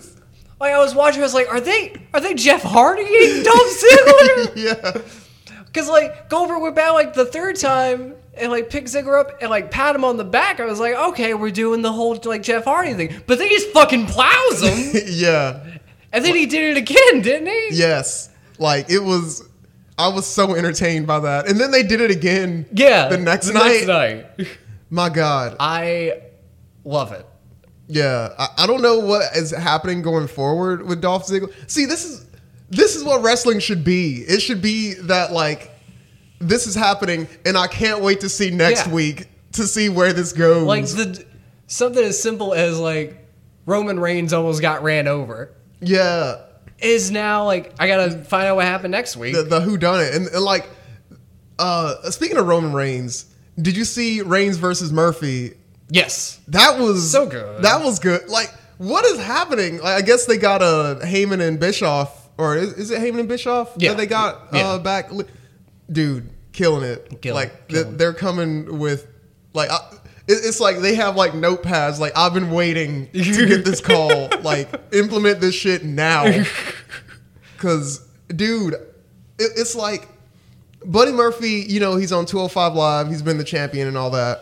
Like I was watching, I was like, are they are they Jeff Hardy and Dolph Ziggler?
yeah.
Because like Goldberg went back like the third time and like picked Ziggler up and like pat him on the back. I was like, okay, we're doing the whole like Jeff Hardy thing, but then he just fucking plows him,
yeah.
and then he did it again, didn't he?
Yes. Like, it was, I was so entertained by that. And then they did it again.
Yeah.
The next night.
night.
My God.
I love it.
Yeah, I, I don't know what is happening going forward with Dolph Ziggler. See, this is this is what wrestling should be. It should be that like this is happening, and I can't wait to see next
Yeah.
week to see where this goes.
Like the something as simple as like Roman Reigns almost got ran over
yeah,
is now like I gotta find out what happened next week.
the, the who done it, and, and like uh speaking of Roman Reigns, did you see Reigns versus Murphy?
yes.
That was
So good.
That was good. Like what is happening? Like, I guess they got a uh, Heyman and Bischoff, or is, is it Heyman and Bischoff
Yeah.
that they got uh,
Yeah.
back? Li- Dude, killing it.
Killing,
like th-
killing.
they're coming with like. I, it- it's like they have like notepads. Like I've been waiting to get this call. like implement this shit now, because dude, it, it's like Buddy Murphy, you know, he's on 205 Live. He's been the champion and all that.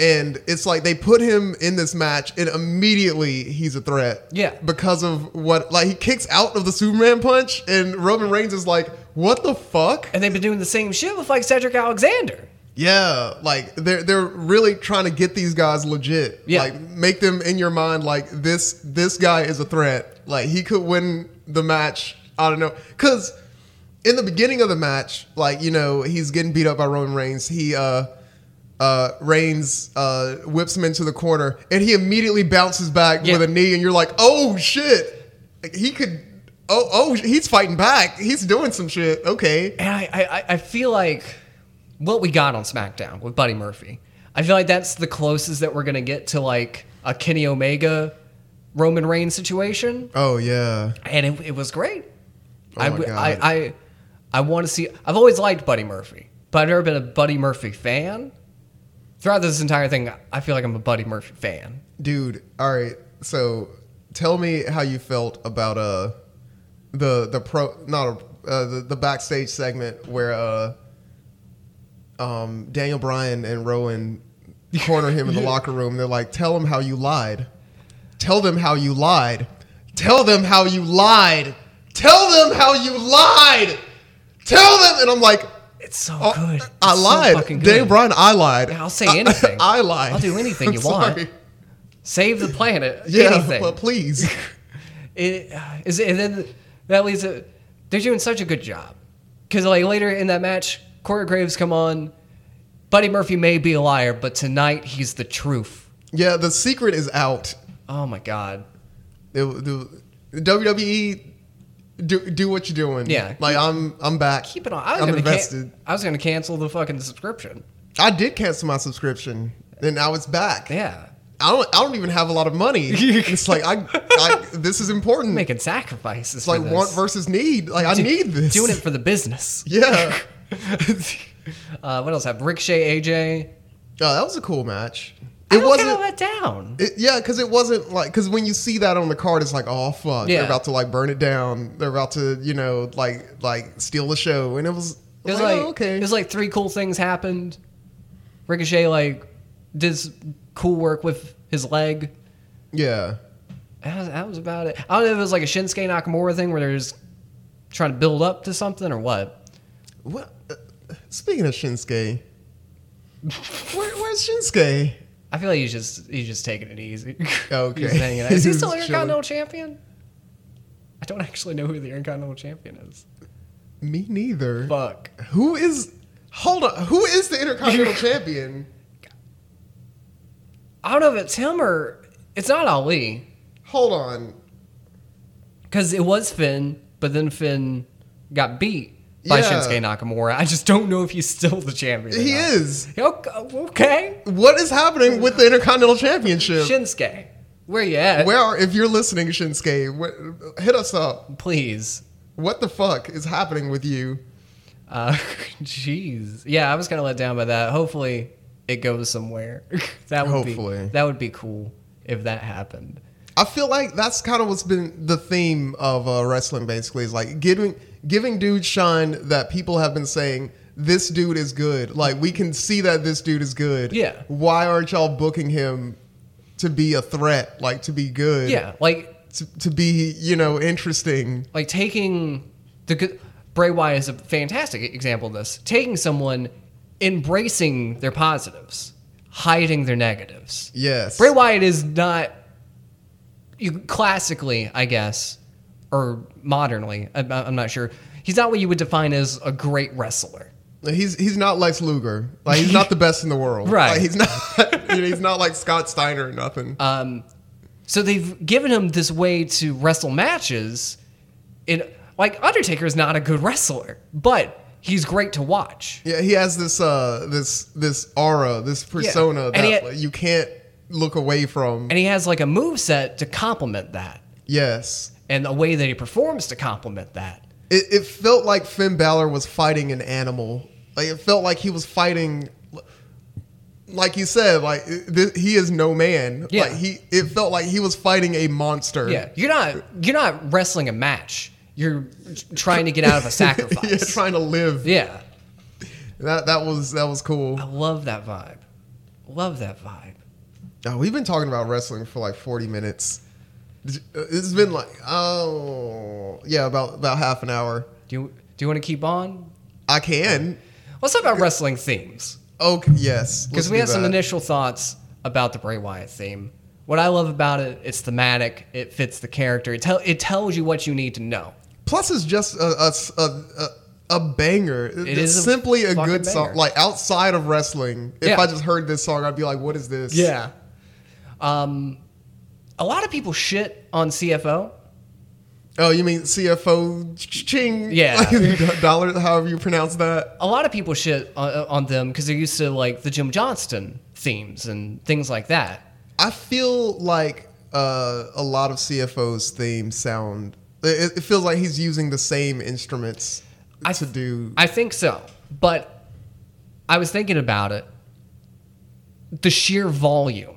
And it's like they put him in this match, and immediately he's a threat.
Yeah.
Because of what, like, he kicks out of the Superman punch, and Roman Reigns is like, what the fuck?
And they've been doing the same shit with like Cedric Alexander.
Yeah. Like, they're, they're really trying to get these guys legit.
Yeah.
Like, make them in your mind, like, this, this guy is a threat. Like, he could win the match. I don't know. Because in the beginning of the match, like you know, he's getting beat up by Roman Reigns. He uh, uh, Reigns uh, whips him into the corner, and he immediately bounces back
Yeah.
with a knee, and you're like, oh shit, like, he could. Oh, oh, he's fighting back. He's doing some shit. Okay.
And I, I, I- I feel like what we got on SmackDown with Buddy Murphy, I feel like that's the closest that we're gonna get to like a Kenny Omega Roman Reigns situation.
Oh yeah.
and it, it was great.
Oh
I,
my
w-
God.
I I I want to see. I've always liked Buddy Murphy, but I've never been a Buddy Murphy fan. Throughout this entire thing, I feel like I'm a Buddy Murphy fan.
dude all right so tell me how you felt about uh the the pro not a, uh, the, the backstage segment where uh um daniel bryan and rowan corner him in the locker room. They're like, "Tell him how you lied. Tell them how you lied. Tell them how you lied. Tell them how you lied. Tell them." And I'm like,
It's so
oh,
good. It's
"I
so
lied,
fucking
Dave
good.
Bryan. I lied.
Yeah, I'll say
I-
anything.
I, lied.
I'll do anything
I'm
you want.
sorry.
Save the planet.
Yeah,
anything.
but please.
it is and then that leads to they're doing such a good job because like later in that match Corey Graves come on Buddy Murphy may be a liar but tonight he's the truth
yeah, the secret is out.
oh my god
It- the- WWE, do do what you're doing.
Yeah.
like I'm I'm back.
keep it on I was
I'm
gonna can-
invested.
I was gonna cancel the fucking subscription
I did cancel my subscription, and now it's back.
yeah
I don't. I don't even have a lot of money. it's like I. I this is important.
making sacrifices
Hmm. it's like want versus need. Like I need this.
doing it for the business
Yeah.
uh, what else have Ricochet AJ
Oh, that was a cool match.
I
It
was
wasn't.
kind of let down
it- yeah, because it wasn't like because when you see that on the card, it's like, oh fuck,
Yeah.
they're about to like burn it down. They're about to you know like like steal the show, and it was.
It was
like,
like
oh, okay.
It was like three cool things happened. Ricochet like did s- cool work with his leg.
yeah.
That was, that was about it. I don't know if it was like a Shinsuke Nakamura thing where they're just trying to build up to something or what.
What? Uh, speaking of Shinsuke, where, where's Shinsuke?
I feel like he's just he's just taking it easy.
Okay.
He's hanging out. Is he
He's
still
chilling.
Intercontinental Champion? I don't actually know who the Intercontinental Champion is.
Me neither.
Fuck.
Who is? Hold on. Who is the Intercontinental Champion?
I don't know if it's him or it's not Ali
Hold on.
because it was Finn, but then Finn got beat by
Yeah.
Shinsuke Nakamura. I just don't know if he's still the champion. or
He
not.
is.
Okay. okay.
What is happening with the Intercontinental Championship?
Shinsuke, where you at?
Where, are- if you're listening, Shinsuke, wh- hit us up.
Please.
What the fuck is happening with you?
Uh, Jeez. Yeah, I was kind of let down by that. Hopefully, it goes somewhere. that would be
Hopefully.
that would be cool if that happened.
I feel like that's kind of what's been the theme of uh, wrestling. Basically, is like giving giving dudes shine that people have been saying this dude is good. Like we can see that this dude is good.
Yeah.
Why aren't y'all booking him to be a threat? Like to be good.
Yeah, like
To, to be you know interesting.
like taking the good Bray Wyatt is a fantastic example of this. Taking someone, embracing their positives, hiding their negatives.
Yes.
Bray Wyatt is not you classically, I guess, or modernly. I'm, I'm not sure. He's not what you would define as a great wrestler.
He's he's not Lex Luger. Like he's not the best in the world.
Right.
Like, he's not. you know, he's not like Scott Steiner or nothing.
Um, so they've given him this way to wrestle matches. In like Undertaker is not a good wrestler, but he's great to watch.
yeah, he has this uh this this aura, this persona
And he
that
had-
like, you can't look away from.
And he has like a move set to complement that,
yes.
and the way that he performs to complement that.
It, it felt like Finn Balor was fighting an animal. Like it felt like he was fighting like you said, like th- he is no man.
Yeah.
Like he it felt like he was fighting a monster.
Yeah, you're not you're not wrestling a match. You're trying to get out of a sacrifice.
yeah, trying to live.
Yeah.
That that was that was cool.
I love that vibe. Love that vibe.
Oh, we've been talking about wrestling for like 40 minutes. Did you- uh, It's been like, oh, yeah, about, about half an hour.
Do you do you want to keep on?
I can.
Let's talk about wrestling themes.
Okay, yes.
Because
let's
we
do
had some
that.
initial thoughts about the Bray Wyatt theme. What I love about it, it's thematic, it fits the character, it, tell, it tells you what you need to know.
Plus, it's just a, a, s- a- a- a banger. it's
is a
simply a
fucking
good song.
banger.
Like, outside of wrestling, if
Yeah.
I just heard this song, I'd be like, what is this?
Um, a lot of people shit on CFO.
Oh, you mean CFO ching?
Yeah.
Like, dollar, however you pronounce that.
A lot of people shit on, uh, on them because they're used to like the Jim Johnston themes and things like that.
I feel like uh, a lot of CFO's themes sound. It, it feels like he's using the same instruments
I-
to do.
I think so. But I was thinking about it. The sheer volume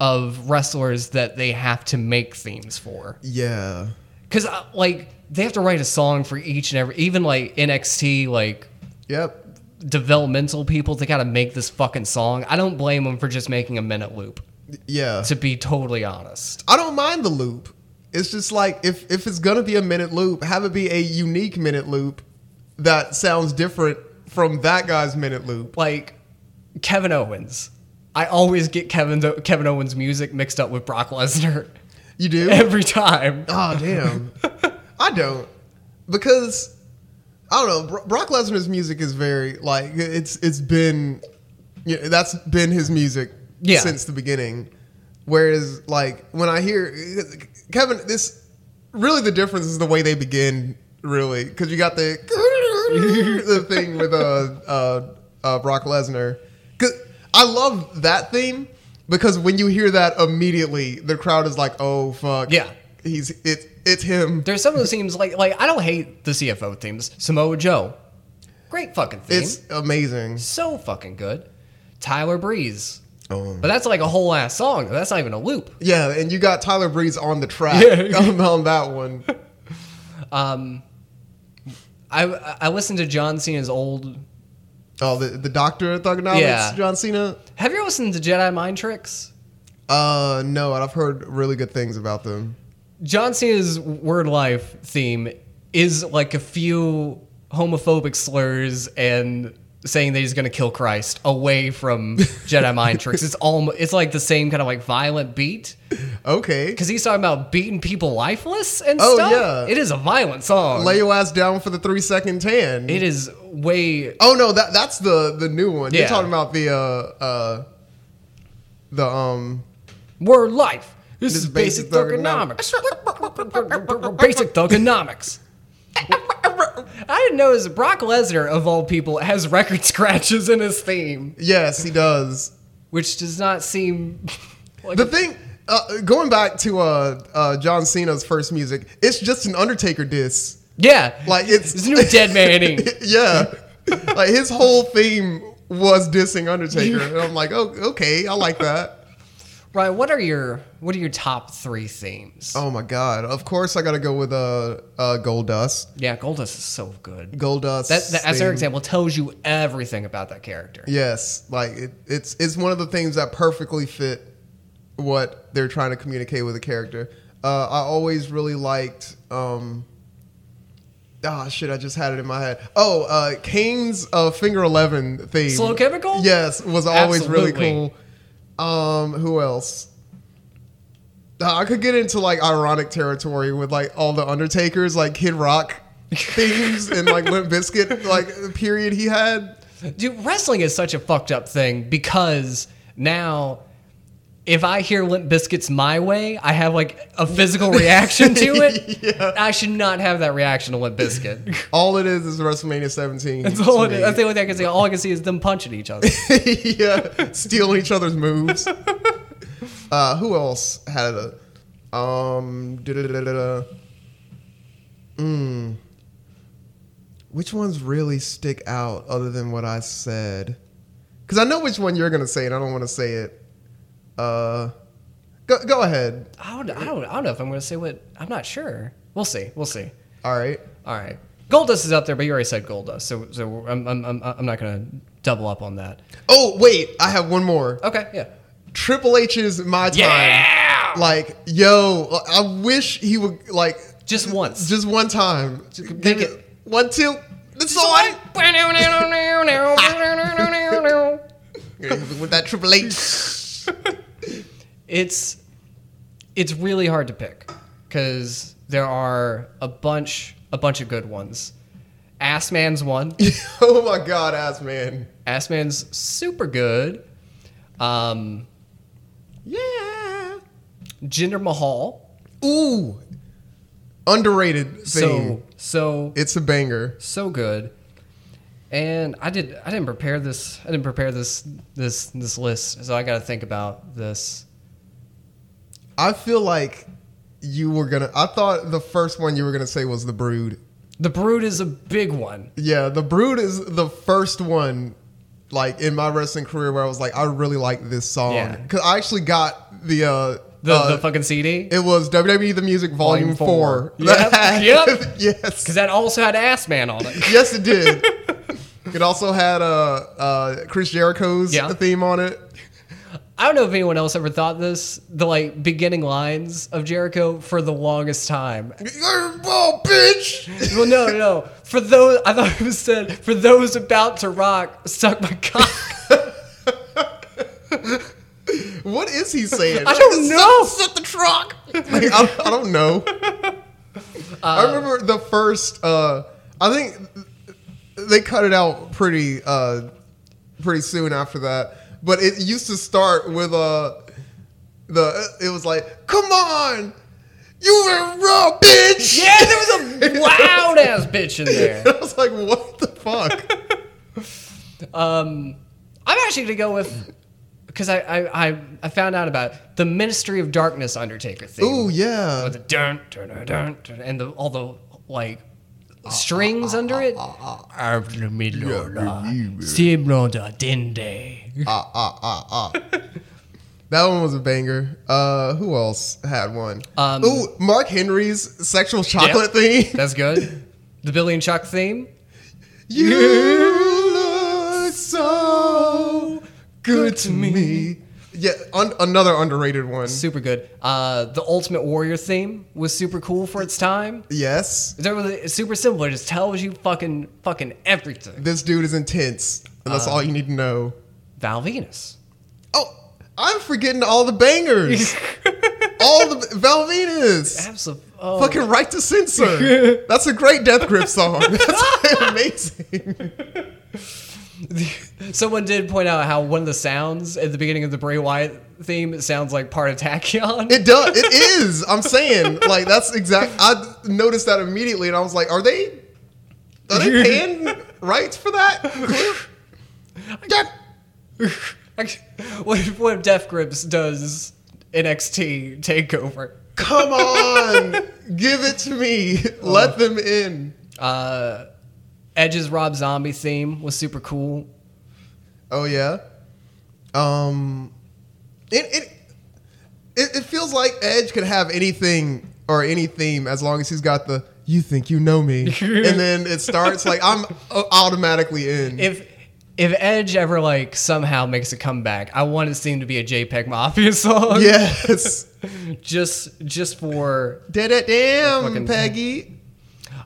of wrestlers that they have to make themes for. uh,
yeah,
Because, like, they have to write a song for each and every, even like NXT, like,
yep.
developmental people that got to make this fucking song. I don't blame them for just making a minute loop.
Yeah.
To be totally honest,
I don't mind the loop. It's just like if if it's gonna be a minute loop, have it be a unique minute loop that sounds different from that guy's minute loop.
like Kevin Owens. I always get Kevin Kevin Owens music mixed up with Brock Lesnar
You do?
every time.
Oh damn. I don't because I don't know. Bro- Brock Lesnar's music is very like it's it's been you know, that's been his music
Yeah.
since the beginning. Whereas like when I hear Kevin, this really the difference is the way they begin really because you got the the thing with uh, uh, uh, Brock Lesnar. 'Cause I love that theme because when you hear that immediately, the crowd is like, "Oh fuck,
Yeah.
he's it, it's him."
There's some of those themes like like I don't hate the CFO themes. Samoa Joe, great fucking theme,
It's amazing.
so fucking good. Tyler Breeze,
Um,
but that's like a whole ass song. That's not even a loop.
yeah, and you got Tyler Breeze on the track
Yeah.
on, on that one.
Um, I I listened to John Cena's old.
Oh, the the Doctor Thugonomics,
Yeah.
John Cena.
Have you ever listened to Jedi Mind Tricks?
Uh, no, and I've heard really good things about them.
John Cena's word life theme is like a few homophobic slurs and saying that he's going to kill Christ away from Jedi mind tricks. It's almost it's like the same kind of like violent beat
Okay,
because he's talking about beating people lifeless and
Oh,
stuff.
yeah.
It is a violent song.
lay your ass down for the three second tan.
it is way
Oh no, that that's the the new one. You're
Yeah.
talking about the uh uh the um
word life. This,
This
is
is
basic,
basic
thugonomics. basic thugonomics. I didn't notice Brock Lesnar of all people has record scratches in his theme,
yes, he does.
which does not seem like
The thing uh, going back to uh uh John Cena's first music, it's just an Undertaker diss.
yeah,
Like it's
it's a new dead man inning.
yeah. Like his whole theme was dissing Undertaker and I'm like, "Oh, okay, I like that."
Ryan, what are your what are your top three themes?
Oh my god. Of course I got to go with uh uh Gold Dust.
Yeah, Goldust is so good.
Gold Dust.
That, that as their example tells you everything about that character.
Yes, like it, it's it's one of the things that perfectly fit what they're trying to communicate with a character. Uh, I always really liked. Um, ah, shit! I just had it in my head. Oh, uh, Kane's uh, Finger Eleven theme.
Slow Chemical?
Yes, was always really
Absolutely.
cool. Um, who else? Uh, I could get into like ironic territory with like all the Undertakers, like Kid Rock themes, and like Limp Biscuit, like the period he had.
Dude, wrestling is such a fucked up thing because now if I hear Limp Biscuits my way, I have like a physical reaction to it. I should not have that reaction to Limp Biscuit.
All it is is WrestleMania 17.
That's all it
to
is.
me.
That's the only thing I can see. All I can see is them punching each other.
yeah, stealing each other's moves. Uh, who else had a um? da-da-da-da-da. Mm. Which ones really stick out other than what I said? Because I know which one you're gonna say, and I don't want to say it. Uh, go go ahead.
I don't, I don't, I don't know if I'm going to say what. I'm not sure. We'll see. We'll see.
All right.
All right. Goldust is up there, but you already said Goldust, so so I'm I'm I'm, I'm not going to double up on that.
Oh wait, I have one more.
Okay. Yeah.
Triple H's my time.
Yeah!
Like, yo, I wish he would like
Just once.
just one time.
make it.
One, two. That's all I with that Triple H.
it's it's really hard to pick because there are a bunch a bunch of good ones. Ass Man's one.
oh my God, ass man.
Ass Man's super good. Um,
Yeah.
Jinder Mahal.
Ooh. Underrated thing.
So so
it's a banger.
so good. And I did I didn't prepare this I didn't prepare this this this list so I got to think about this.
I feel like you were gonna. I thought the first one you were gonna say was the Brood.
The Brood is a big one.
Yeah, the Brood is the first one, like in my wrestling career, where I was like, I really like this song
Yeah.
because I actually got the uh,
The
uh,
the fucking CD
It was WWE The Music Volume,
Volume
4.
four. Yep, yep.
yes.
cuz that also had Ass Man on it.
Yes, it did. It also had uh, uh, Chris Jericho's
Yeah.
theme on it.
I don't know if anyone else ever thought this. The like beginning lines of Jericho for the longest time.
You're a ball, bitch.
Well, no, no, no. For those, I thought it was said for those about to rock, suck my cock.
What is he saying?
I don't know.
Set the truck. Like, I, I don't know. I remember the first. Uh, I think they cut it out pretty uh, pretty soon after that. But it used to start with uh, the. It was like, come on, you were raw, bitch.
Yeah, there was a loud ass bitch in there.
And I was like, what the fuck?
Um, I'm actually gonna go with because I, I I I found out about it, the Ministry of Darkness Undertaker theme.
Ooh yeah.
with the dun dun dun dun, dun and the, all the like
Ah,
strings under it. uh, Siblonda Dinde.
Ah ah ah ah. That one was a banger. Uh, who else had one?
Um,
Ooh, Mark Henry's sexual chocolate thing.
That's good. The Billy and Chuck theme.
You look so good to me. Yeah, un- another underrated one.
Super good. Uh, the Ultimate Warrior theme was super cool for its time.
Yes,
There was it's super simple. It just tells you fucking fucking everything.
this dude is intense, and that's all you need to know.
Val Venus.
Oh, I'm forgetting all the bangers. all the Valvinas.
Absolutely. Oh.
Fucking right to censor. That's a great Death Grip song. That's amazing.
Someone did point out how one of the sounds at the beginning of the Bray Wyatt theme it sounds like part of Tachyon.
It does. It is. I'm saying like that's exact. I noticed that immediately, and I was like, "Are they? Are they paying rights for that?" God,
what if, what if Def Grips does NXT takeover?
come on, Oh. give it to me. Let them in.
Uh, Edge's Rob Zombie theme was super cool.
Oh yeah. Um, it it it, it feels like Edge could have anything or any theme as long as he's got the. You think you know me, and then it starts like I'm uh, automatically in.
If if Edge ever like somehow makes a comeback, I want his theme to be a JPEG Mafia song.
yes.
just just for
Did it, damn,
Fucking-
Peggy.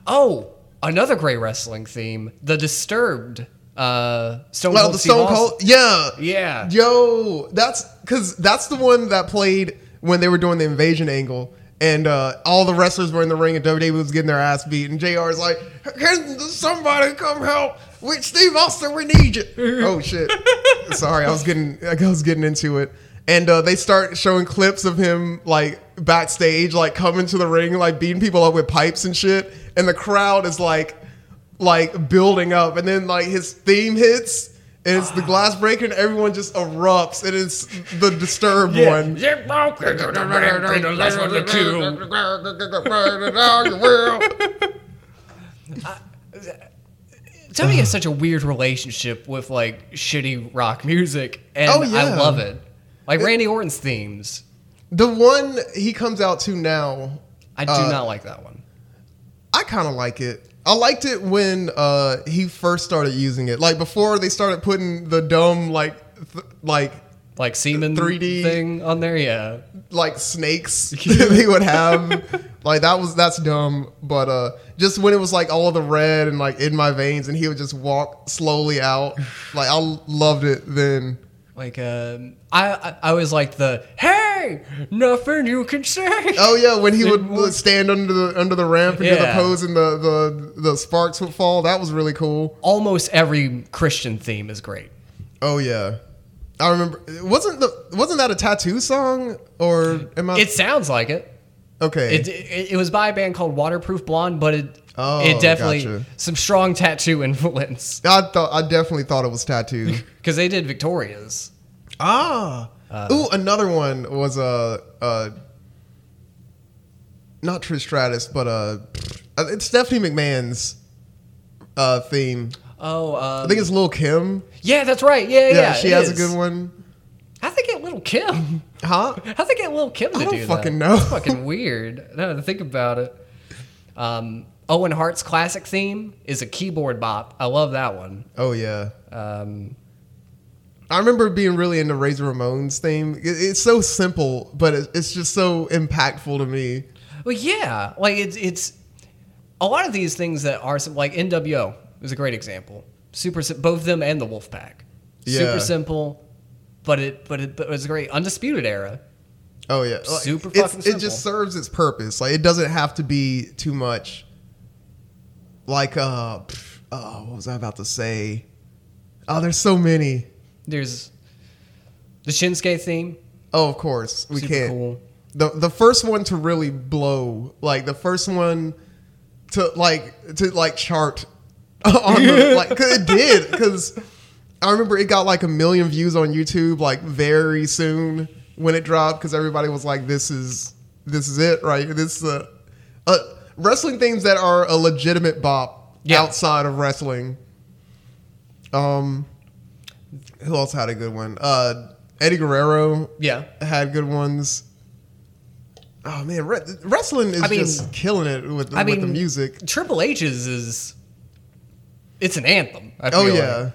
oh another great wrestling theme, the Disturbed uh, Stone
Well,
Cold
the
Steve
Stone
Austin-
Cold. Yeah.
Yeah.
Yo, that's because that's the one that played when they were doing the invasion angle. And uh, all the wrestlers were in the ring, and WWE was getting their ass beat. And JR is like, "Can somebody come help? We, Steve Austin, we need you." oh shit! Sorry, I was getting I was getting into it. And uh, they start showing clips of him like backstage, like coming to the ring, like beating people up with pipes and shit. And the crowd is like, like building up, and then like his theme hits, and it's the glass breaker, and everyone just erupts, and it's the disturbed one.
Tommy has such a weird relationship with like shitty rock music, and
Oh, yeah.
I love it. Like Randy Orton's themes,
The one he comes out to now,
I do
Uh,
not like that one.
I kind of like it. I liked it when uh, he first started using it, like before they started putting the dumb like th- like
Like semen
3D
thing on there, yeah.
like snakes they would have. like that was that's dumb, but uh just when it was like all the red and like in my veins and he would just walk slowly out. Like I loved it then.
Like um, I, I, I always liked the hey, nothing you can say.
Oh yeah, when he would
It was-
stand under the under the ramp and do the
Yeah.
pose and the, the the sparks would fall. That was really cool.
Almost every Christian theme is great.
Oh yeah. I remember wasn't the wasn't that a tattoo song or am I
It sounds like it.
Oh. okay.
It, it, it was by a band called Waterproof Blonde, but it
Oh,
it definitely
gotcha.
some strong tattoo influence
I thought I definitely thought it was tattoo.
because they did Victoria's.
Ah. Ooh, another one was uh, uh, not Trish Stratus, but uh, uh, it's Stephanie McMahon's uh theme.
Oh, um,
I think it's Lil Kim.
yeah, that's right. Yeah, yeah,
Yeah, she
it
has
is.
a good one.
How'd they get little Kim?
Huh?
How'd they get little Kim to
I don't
do that?
fucking know.
That's fucking weird. Now that I think about it, um, Owen Hart's classic theme is a keyboard bop. I love that one.
Oh yeah.
Um,
I remember being really into Razor Ramones theme. It- It's so simple, but it- it's just so impactful to me.
well, yeah, like it's it's a lot of these things that are sim- like NWO is a great example. Super, sim- both them and the Wolfpack.
Yeah.
Super simple, but it but it, but it was great. Undisputed era.
Oh yeah, Like,
Super
it's-
fucking
It just
simple.
serves its purpose. Like it doesn't have to be too much. Like uh, pff, oh, what was I about to say? Oh, there's so many.
There's the Shinsuke theme.
Oh, of course we
Super
can't.
cool.
The the first one to really blow, like the first one to like to like chart on the, like 'cause it did because I remember it got like a million views on YouTube like very soon when it dropped because everybody was like, "This is this is it right? This uh, uh wrestling things that are a legitimate bop
Yeah.
outside of wrestling." Um, who else had a good one? Uh, Eddie Guerrero
Yeah.
had good ones. Oh man, re- wrestling is
I mean-
just killing it with,
I
with the
mean,
music.
Triple H's is it's an anthem. I feel
Oh
like.
yeah,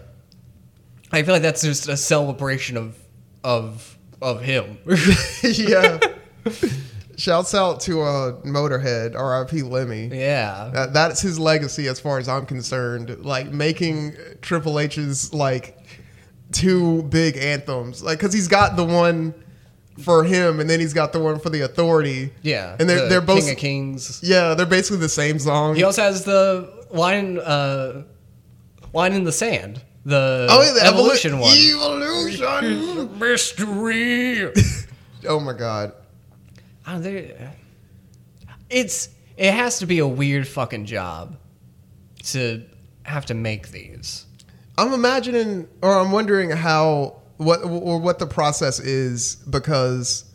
I feel like that's just a celebration of of of him.
yeah. Shouts out to uh, Motorhead, R.I.P. Lemmy.
yeah.
That, that's his legacy, as far as I'm concerned. Like making Triple H's like two big anthems, like because he's got the one for him, and then he's got the one for the Authority.
Yeah.
and they're
the
they're both
King of Kings.
yeah, they're basically the same song.
He also has the line uh line in the sand. The,
oh, yeah, the
evolution
evolu-
one.
Evolution.
Mystery.
Oh my god.
Oh, there- it's it has to be a weird fucking job to have to make these.
I'm imagining or I'm wondering how what or what the process is because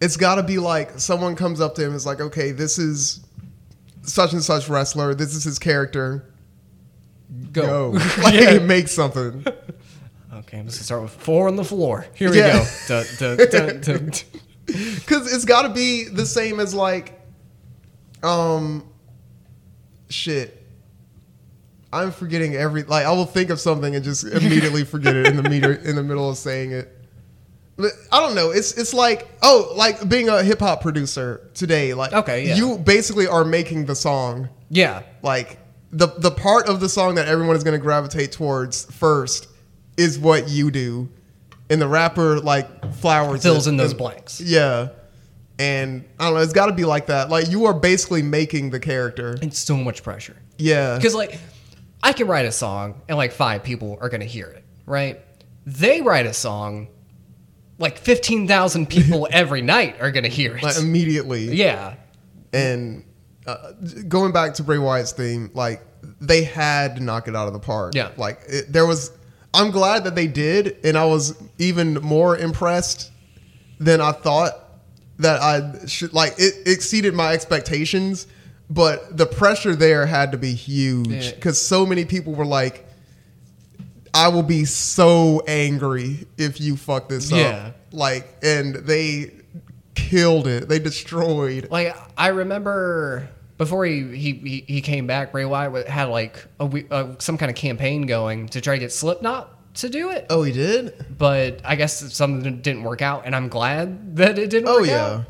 it's got to be like someone comes up to him and is like, "Okay, this is such and such wrestler. This is his character. Go. Like
Yeah.
make something."
Okay, let's start with four on the floor. Here we
Yeah.
go. Dun, dun, dun, dun, dun.
Cuz it's got to be the same as like um shit. I'm forgetting every like I will think of something and just immediately forget it in the meter in the middle of saying it. But I don't know. It's it's like oh, like being a hip hop producer today. Like
Okay, yeah.
you basically are making the song.
Yeah.
Like the the part of the song that everyone is going to gravitate towards first is what you do, and the rapper like flowers
Fills
it
in those
and-
blanks.
Yeah, and I don't know. It's got to be like that. Like you are basically making the character.
It's so much pressure.
Yeah,
Because, like, I can write a song and, like, five people are going to hear it, right? They write a song, like, 15,000 people every night are going to hear it.
like immediately.
yeah.
And uh, going back to Bray Wyatt's theme, like they had to knock it out of the park.
Yeah.
like it, there was. I'm glad that they did, and I was even more impressed than I thought that I should. Like it exceeded my expectations, but the pressure there had to be huge
Yeah.
because so many people were like. I will be so angry if you fuck this
Yeah.
up. Like, and they killed it. They destroyed.
Like, I remember before he, he, he, he came back, Bray Wyatt wa- had, like, a, we- uh, some kind of campaign going to try to get Slipknot to do it.
Oh, he did.
but I guess something didn't work out, and I'm glad that it didn't.
Oh,
Work
yeah.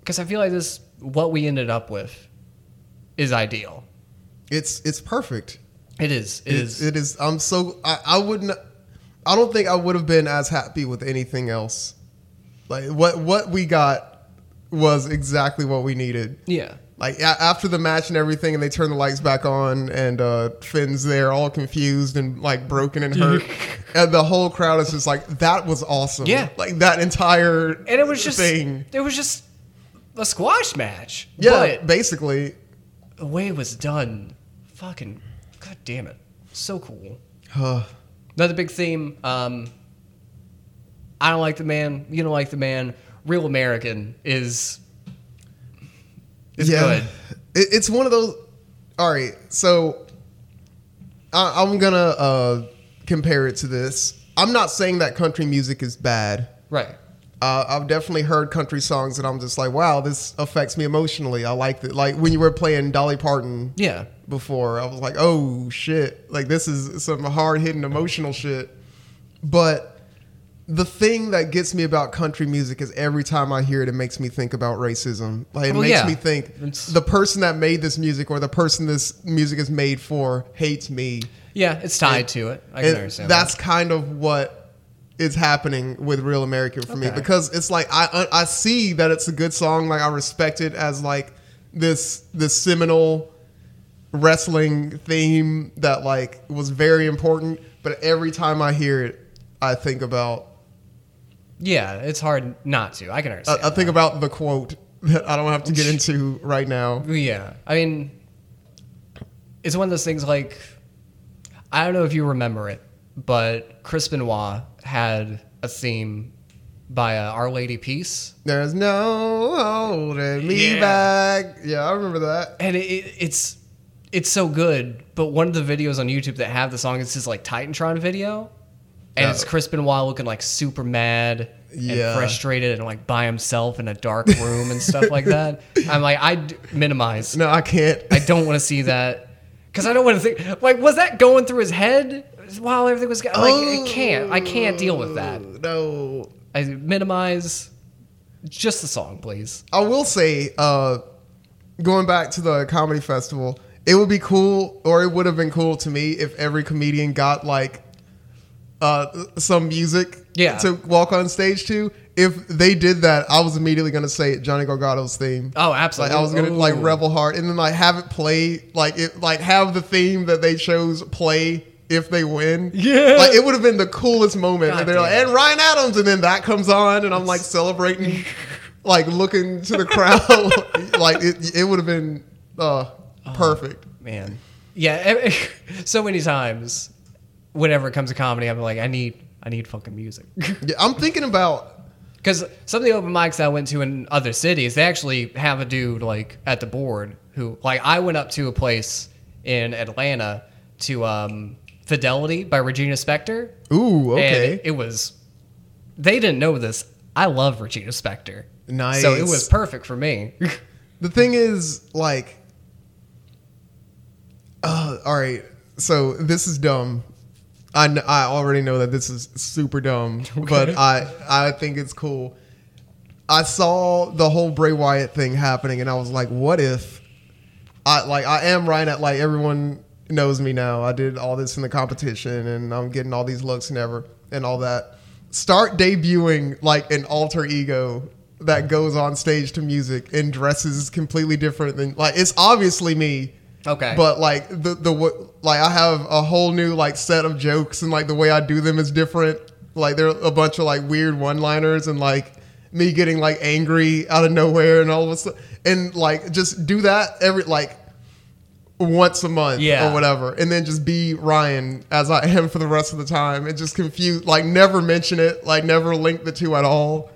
because I feel like this what we ended up with is ideal.
It's it's perfect.
It is. It
It's,
is.
it is. I'm so I, I wouldn't. I don't think I would have been as happy with anything else. Like what what we got was exactly what we needed.
yeah.
Like a- after the match and everything, and they turn the lights back on, and uh, Finn's there, all confused and like broken and hurt, and the whole crowd is just like, "That was awesome."
Yeah.
like that entire
And it was just.
thing.
It was just a squash match.
Yeah,
But
basically.
the way it was done, fucking, god damn it, so cool.
Huh.
Another big theme. Um, I don't like the man. You don't like the man. Real American is. Is good.
It, it's one of those. All right, so I, I'm gonna uh, compare it to this. I'm not saying that country music is bad.
Right.
Uh, I've definitely heard country songs that I'm just like, wow, this affects me emotionally. I like that. Like when you were playing Dolly Parton
Yeah.
before, I was like, oh shit, like this is some hard hitting emotional shit. But the thing that gets me about country music is every time I hear it, it makes me think about racism. Like it
Well,
makes
yeah.
me think
It's-
the person that made this music or the person this music is made for hates me.
Yeah, it's tied to it. I can
And
understand.
that's kind of what is happening with Real American for me
Okay.
because it's like I I see that it's a good song, like I respect it as like this this seminal wrestling theme that like was very important, but every time I hear it, I think about
that. Yeah, it's hard not to. I can
I,
understand.
I think about the quote that I don't have to get into right now.
Yeah. I mean, it's one of those things like, I don't know if you remember it, but Chris Benoit had a theme by uh, Our Lady Peace.
There's no holding me
Yeah.
back. Yeah, I remember that.
And it, it, it's it's so good, but one of the videos on YouTube that have the song is his like Titantron video. And it's
Oh.
Chris Benoit looking like super mad
Yeah.
and frustrated and like by himself in a dark room and stuff like that. I'm like, I minimize
No, I can't.
I don't want to see that because I don't want to think. Like, was that going through his head while everything was go- like? I can't. I can't deal with that.
No.
I minimize just the song, please.
I will say, uh, going back to the comedy festival, it would be cool, or it would have been cool to me if every comedian got like uh, some music
Yeah.
to walk on stage to. If they did that, I was immediately going to say Johnny Gargano's theme.
Oh,
Like
absolutely.
I was gonna like
Ooh.
rebel hard, and then like have it play like it like have the theme that they chose play if they win.
Yeah.
like it would have been the coolest moment.
God
and they're like,
damn.
and Ryan Adams, and then that comes on, and I'm like celebrating, like looking to the crowd. like it, it would have been uh,
Uh-huh.
perfect.
man. Yeah, ev- so many times, whenever it comes to comedy, I'm like, I need, I need fucking music.
Yeah, I'm thinking about
Because some of the open mics I went to in other cities, they actually have a dude like at the board who like I went up to a place in Atlanta to um, Fidelity by Regina Spektor.
ooh okay.
And it was they didn't know this. I love Regina Spektor.
Nice.
So it was perfect for me.
The thing is, like, uh, all right. So this is dumb. I, kn- I already know that this is super dumb, but I I think it's cool. I saw the whole Bray Wyatt thing happening, and I was like, what if I like I am right at like everyone knows me now. I did all this in the competition, and I'm getting all these looks and ever and all that. Start debuting like an alter ego that goes on stage to music and dresses completely different than like it's obviously me.
Okay.
But uh, like the the w- like I have a whole new like set of jokes and like the way I do them is different. Like there are a bunch of like weird one-liners and like me getting like angry out of nowhere and all of a sudden and like just do that every like once a month
Yeah.
or whatever and then just be Ryan as I am for the rest of the time and just confuse like never mention it like never link the two at all.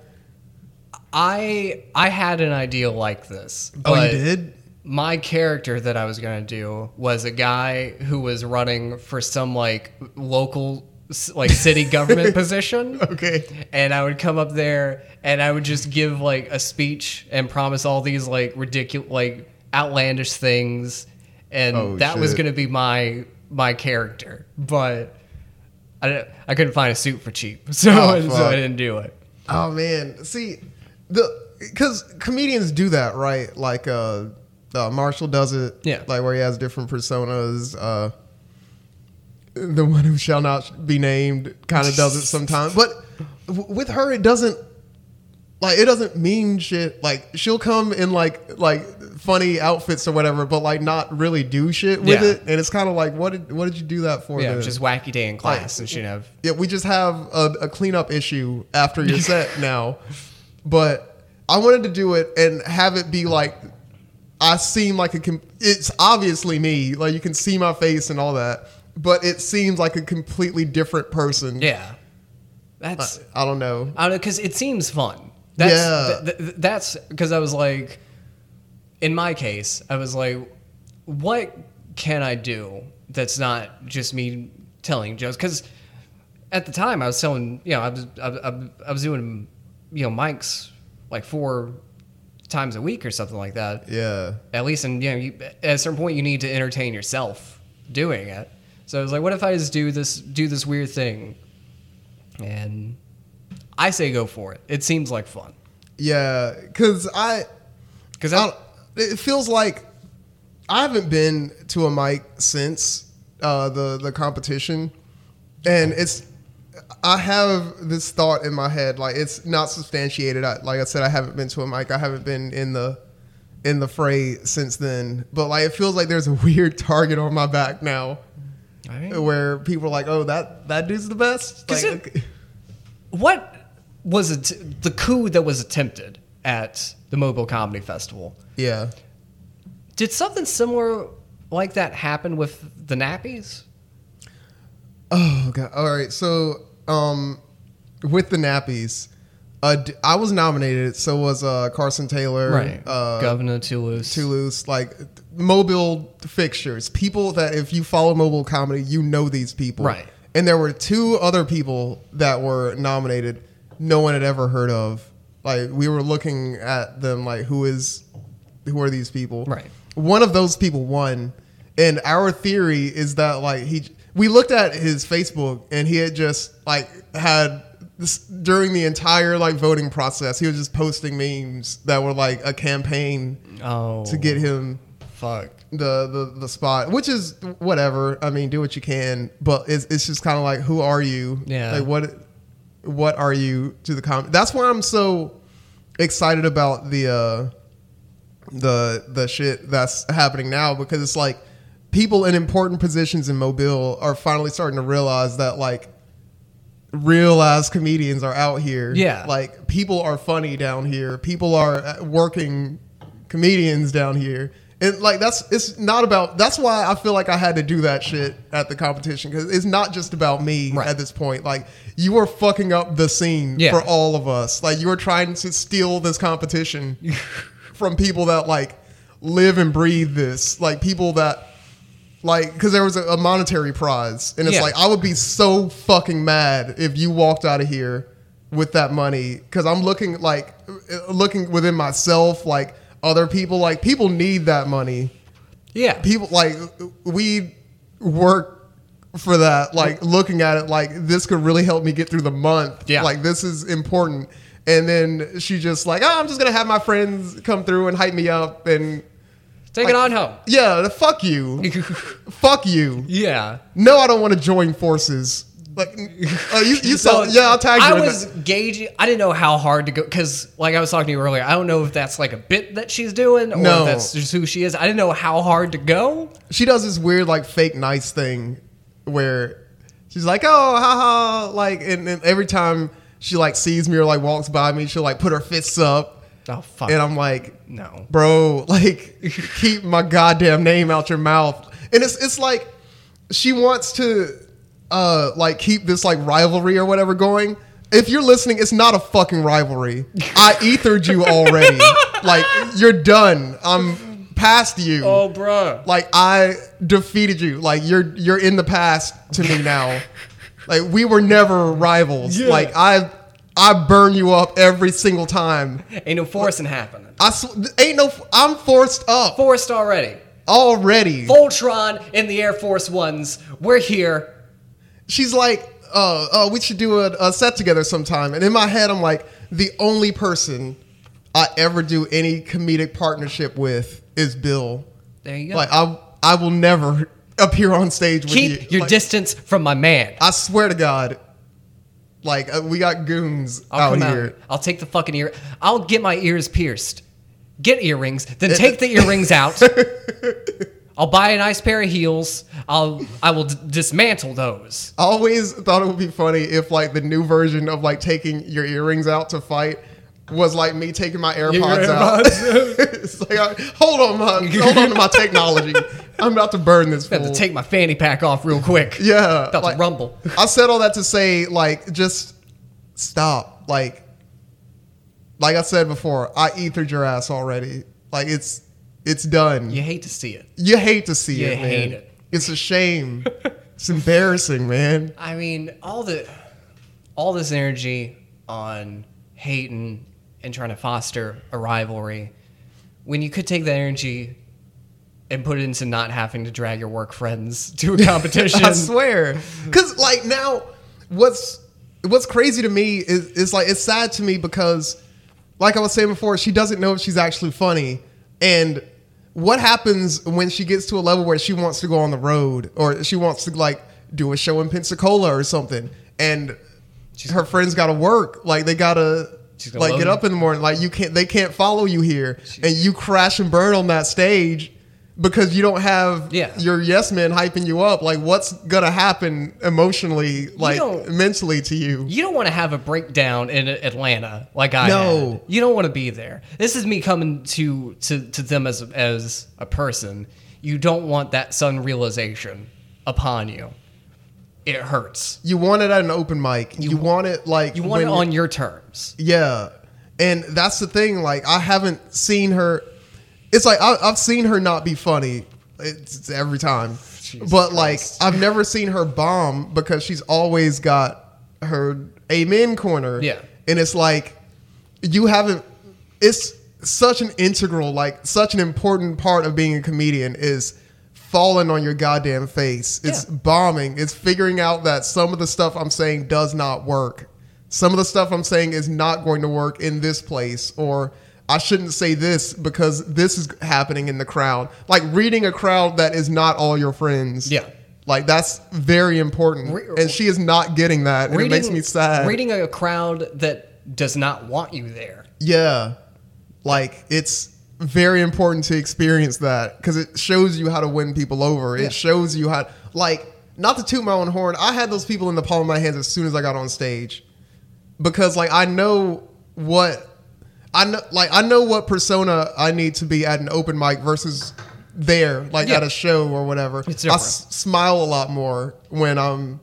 I I had an idea like this.
Oh,
but- my character that I was gonna do was a guy who was running for some like local s- like city government position.
Okay.
And I would come up there and I would just give like a speech and promise all these like ridiculous like outlandish things and
Oh,
that was
shit.
gonna be my my character. But I, didn't- I couldn't find a suit for cheap. So,
Oh,
so
fuck.
I didn't do it.
Oh man, see the because comedians do that, right? Like uh, uh, Marshall does it,
Yeah.
Like where he has different personas. Uh, the one who shall not be named kind of does it sometimes, but w- with her, it doesn't. Like it doesn't mean shit. Like she'll come in like like funny outfits or whatever, but like not really do shit with
Yeah.
it. And it's kind of like, what did what did you do that for?
Yeah, it
then?
was just wacky day in class and she didn't have
Yeah, we just have a, a cleanup issue after your set now. But I wanted to do it and have it be like I seem like a com- it's obviously me. Like you can see my face and all that, but it seems like a completely different person.
Yeah.
I,
That's
I don't know.
I don't know because it seems fun. That's,
Yeah.
th- th- that's because I was like, in my case, I was like, what can I do that's not just me telling jokes? Because at the time, I was telling, you know, I was I, was- I, was- I was doing you know mics like four times a week or something like that.
Yeah.
At least, and you know, you, at a certain point, you need to entertain yourself doing it. So I was like, what if I just do this do this weird thing? And I say go for it. It seems like fun
Yeah. Cause I
because
I don't, it feels like I haven't been to a mic since uh, the the competition, and it's I have this thought in my head like it's not substantiated. I, like I said, I haven't been to a mic. I haven't been in the in the fray since then. But like it feels like there's a weird target on my back now,
I mean,
where people are like, "Oh, that that dude's the best."
'Cause
Like,
it- what was it the coup that was attempted at the mobile comedy festival
yeah,
did something similar like that happen with the nappies
Oh god! All right, so um, with the nappies, uh, d- I was nominated. So was uh Carson Taylor, Uh,
governor toulouse
Toulouse, like th- mobile fixtures. People that if you follow mobile comedy, you know these people,
Right.
And there were two other people that were nominated. No one had ever heard of. Like we were looking at them, like who is, who are these people?
Right.
One of those people won, and our theory is that like he, we looked at his Facebook and he had just like had. This, during the entire like voting process, he was just posting memes that were like a campaign
oh
to get him
fuck
the, the the spot, which is whatever. I mean, do what you can, but it's it's just kind of like, who are you?
Yeah.
Like what what are you to the com? That's why I'm so excited about the uh, the the shit that's happening now because it's like people in important positions in Mobile are finally starting to realize that like real ass comedians are out here.
Yeah.
Like people are funny down here. People are uh, working comedians down here. And like that's it's not about that's why I feel like I had to do that shit at the competition cuz it's not just about me
Right.
at this point. Like you are fucking up the scene
Yeah.
for all of us. Like you are trying to steal this competition from people that like live and breathe this. Like people that like because there was a, a monetary prize and it's
Yeah.
like i would be so fucking mad if you walked out of here with that money because i'm looking like uh, looking within myself like other people like people need that money
yeah
people like we work for that like looking at it like this could really help me get through the month
Yeah.
like this is important and then she just like oh i'm just gonna have my friends come through and hype me up and
take it on home
yeah the fuck you fuck you
yeah
no, I don't want to join forces. Like, uh, you, you saw,
So,
yeah, I'll tag you.
I
in that.
was gauging. I didn't know how hard to go because, like I was talking to you earlier, I don't know if that's like a bit that she's doing or
No.
if that's just who she is. I didn't know how hard to go.
she does this weird, like, fake nice thing where she's like, oh, haha. Like, and, and every time she, like, sees me or, like, walks by me, she'll, like, put her fists up.
Oh fuck!
And I'm like,
no.
bro, like, keep my goddamn name out your mouth. And it's, it's like, she wants to, uh, like, keep this, like, rivalry or whatever going. If you're listening, it's not a fucking rivalry. I ethered you already. like, you're done. I'm past you.
Oh, bruh.
Like, I defeated you. Like, you're, you're in the past to me now. like, we were never rivals.
Yeah.
Like, I, I burn you up every single time.
Ain't no forcing happening.
I sw- th- ain't no. I'm forced up
Forced already.
already.
Voltron in the Air Force Ones. We're here.
She's like, uh, uh, we should do a, a set together sometime. And in my head, I'm like, the only person I ever do any comedic partnership with is Bill.
There you go.
Like I, I will never appear on stage with you.
Keep your
Like,
distance from my man.
I swear to God, like uh, we got goons
I'll
out
come
here.
out. I'll take the fucking ear. I'll get my ears pierced. Get earrings. Then take the earrings out. I'll buy a nice pair of heels. I'll I will d- dismantle those.
I always thought it would be funny if like the new version of like taking your earrings out to fight was like me taking my AirPods, out. it's like, I- hold on, my, hold on to my technology. I'm about to burn this.
I have to
fool.
take my fanny pack off real quick.
yeah,
About
like-
to rumble.
I said all that to say like just stop. Like, like I said before, I ethered your ass already. Like it's it's done.
You hate to see it.
You hate to see
You
it, man.
hate it.
It's a shame. it's embarrassing, man.
I mean, all the all this energy on hating and trying to foster a rivalry when you could take that energy and put it into not having to drag your work friends to a competition.
I swear. Cause like now what's what's crazy to me is it's like it's sad to me because like I was saying before, she doesn't know if she's actually funny. And what happens when she gets to a level where she wants to go on the road or she wants to like do a show in Pensacola or something and her friends gotta work. Like they gotta
She's gonna
like
love
get
you.
up in the morning. Like you can't they can't follow you here. and you crash and burn on that stage because you don't have
Yeah.
your yes men hyping you up. Like what's gonna happen emotionally, like
don't-
mentally to you?
You don't want to have a breakdown in Atlanta like I
No.
had. You don't want to be there. This is me coming to to, to them as as a person. You don't want that sudden realization upon you. It hurts.
You want it at an open mic. You, want it like
You want
when
it on your terms.
Yeah, and that's the thing. Like I haven't seen her. It's like I, I've seen her not be funny. It's, it's every time, but like I've never seen her bomb because she's always got her amen corner.
Yeah.
and it's like you haven't. It's such an integral, like such an important part of being a comedian is falling on your goddamn face. It's
Yeah.
bombing. It's figuring out that some of the stuff I'm saying does not work. Some of the stuff I'm saying is not going to work in this place, or I shouldn't say this because this is happening in the crowd. Like reading a crowd that is not all your friends.
Yeah.
Like that's very important.
Re-
and she is not getting that. and it makes me sad.
Reading a crowd that does not want you there.
Yeah. Like it's very important to experience that because it shows you how to win people over.
Yeah.
It shows you how, like, not to toot my own horn. I had those people in the palm of my hands as soon as I got on stage because, like, I know what I know. Like, I know what persona I need to be at an open mic versus there, like
Yeah.
at a show or whatever.
It's
I
different.
s- smile a lot more when I'm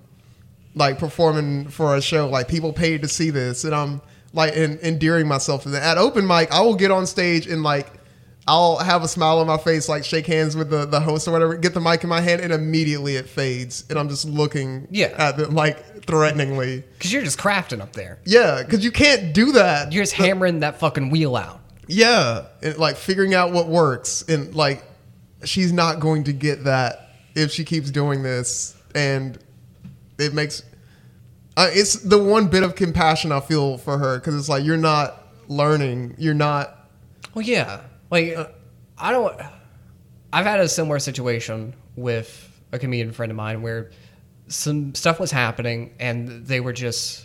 like performing for a show. Like people paid to see this, and I'm like en- endearing myself to that. At open mic, I will get on stage and like I'll have a smile on my face, like shake hands with the, the host or whatever, get the mic in my hand, and immediately it fades, and I'm just looking
Yeah.
at them like threateningly.
Because you're just crafting up there.
Yeah, because you can't do that.
You're just hammering that fucking wheel out.
Yeah, and like figuring out what works, and like she's not going to get that if she keeps doing this, and it makes uh, it's the one bit of compassion I feel for her because it's like you're not learning, you're not
Well, yeah. Like,
Uh,
I don't. I've had a similar situation with a comedian friend of mine where some stuff was happening and they were just.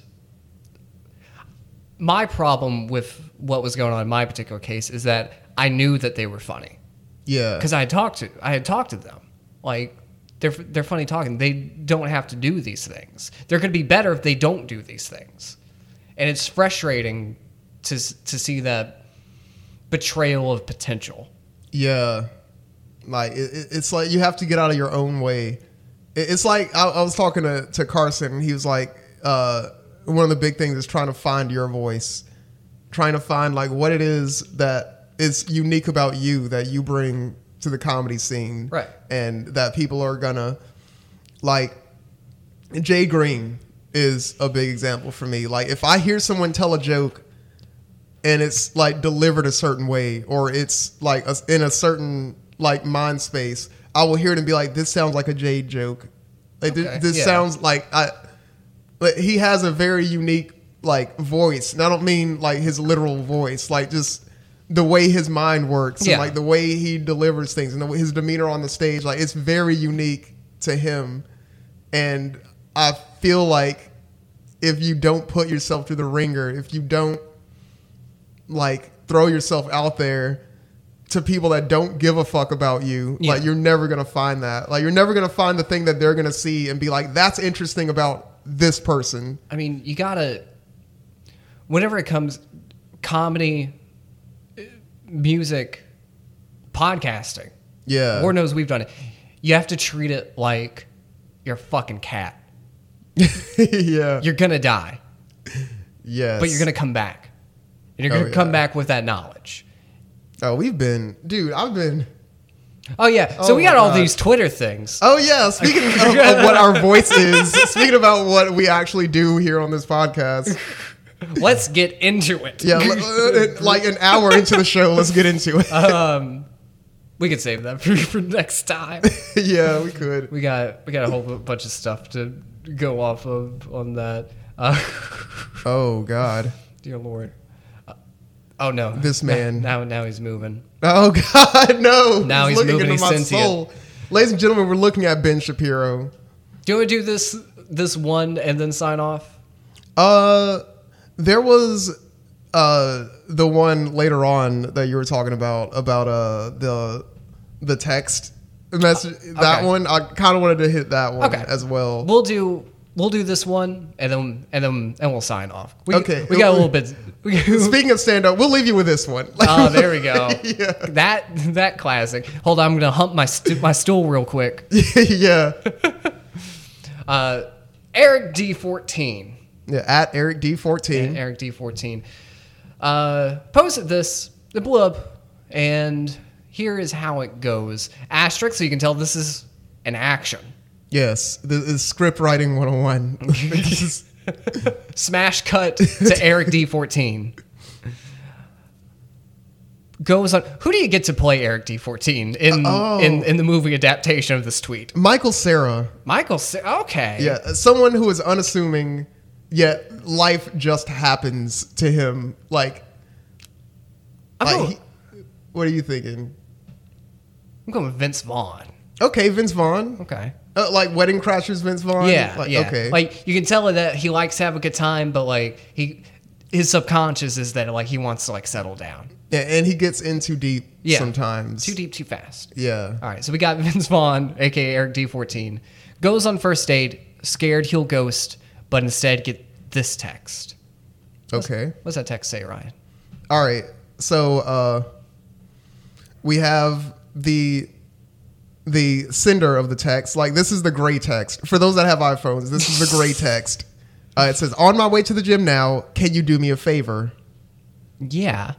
My problem with what was going on in my particular case is that I knew that they were funny
yeah
because I had talked to I had talked to them. Like they're they're funny talking. They don't have to do these things. They're going to be better if they don't do these things. And it's frustrating to s- to see that betrayal of potential.
Yeah, like it, it- it's like you have to get out of your own way. It, it's like I, I was talking to, to Carson, and he was like, uh, one of the big things is trying to find your voice, trying to find like what it is that is unique about you that you bring to the comedy scene,
Right.
And that people are gonna like. Jay Green is a big example for me. Like if I hear someone tell a joke and it's like delivered a certain way or it's like a, in a certain like mind space i will hear it and be like this sounds like a jade joke like thi-
Okay,
this,
yeah.
sounds like i but he has a very unique like voice and i don't mean like his literal voice like just the way his mind works
Yeah.
and like the way he delivers things and the way his demeanor on the stage like it's very unique to him and i feel like if you don't put yourself through the ringer if you don't like throw yourself out there to people that don't give a fuck about you.
Yeah.
Like you're never gonna find that. Like you're never gonna find the thing that they're gonna see and be like, that's interesting about this person.
I mean, you gotta. Whenever it comes, comedy, eh, music, podcasting.
Yeah.
Lord knows we've done it. You have to treat it like your fucking cat.
yeah.
You're gonna die.
Yes.
but you're gonna come back. And you're
Oh,
gonna come
yeah.
back with that knowledge.
Oh, we've been dude, I've been
Oh yeah. So
Oh,
we got
my
all
God.
these Twitter things.
Oh yeah, speaking of, of what our voice is, speaking about what we actually do here on this podcast.
Let's get into it.
Yeah, li- like an hour into the show, let's get into it.
Um, we could save that for, for next time.
yeah, we could.
We got we got a whole bu- bunch of stuff to go off of on that. Uh,
Oh God.
dear Lord. Uh, oh no.
This
Now-
man.
Now now he's moving.
Oh God, no.
Now he's moving, he's sentient.
Ladies and gentlemen, we're looking at Ben Shapiro.
Do you want to do this this one and then sign off?
Uh, there was uh the one later on that you were talking about about uh the the text message that
Uh, okay.
one. I kind of wanted to hit that one
Okay.
Um, as well.
We'll do we'll do this one and then and then and we'll sign off. We,
Okay.
We got a little bit. we-
Speaking of stand up, we'll leave you with this one.
oh, there we go.
yeah.
That that classic. Hold on, I'm gonna hump my stu- my stool real quick.
yeah.
Uh, Eric D14.
Yeah, at Eric D14.
Eric D14 uh, posted this, the blurb, and here is how it goes. Asterisk, so you can tell this is an action.
Yes, this is script writing 101. This is-
Smash cut to Eric D14. Goes on. Who do you get to play Eric D14 in
Oh.
in, in the movie adaptation of this tweet?
Michael Sarah.
Michael. Sa- okay.
Yeah, someone who is unassuming, yet life just happens to him. Like,
I'm,
like
going,
he- what are you thinking?
I'm going with Vince Vaughn.
Okay, Vince Vaughn.
Okay.
Uh, like Wedding Crashers, Vince Vaughn.
Yeah,
Like,
yeah.
Okay.
Like you can tell that he likes to have a good time, but like he, his subconscious is that like he wants to like settle down.
yeah, and he gets in too deep
Yeah.
sometimes.
Too deep, Uh, too fast.
Yeah.
All right, so we got Vince Vaughn, aka Eric D14, goes on first date, scared he'll ghost, but instead get this text.
Okay.
What's that text say, Ryan?
All right. So uh, we have the the sender of the text. Like this is the gray text. For those that have iPhones, this is the gray text. Uh, it says, "On my way to the gym now. Can you do me a favor?
Yeah.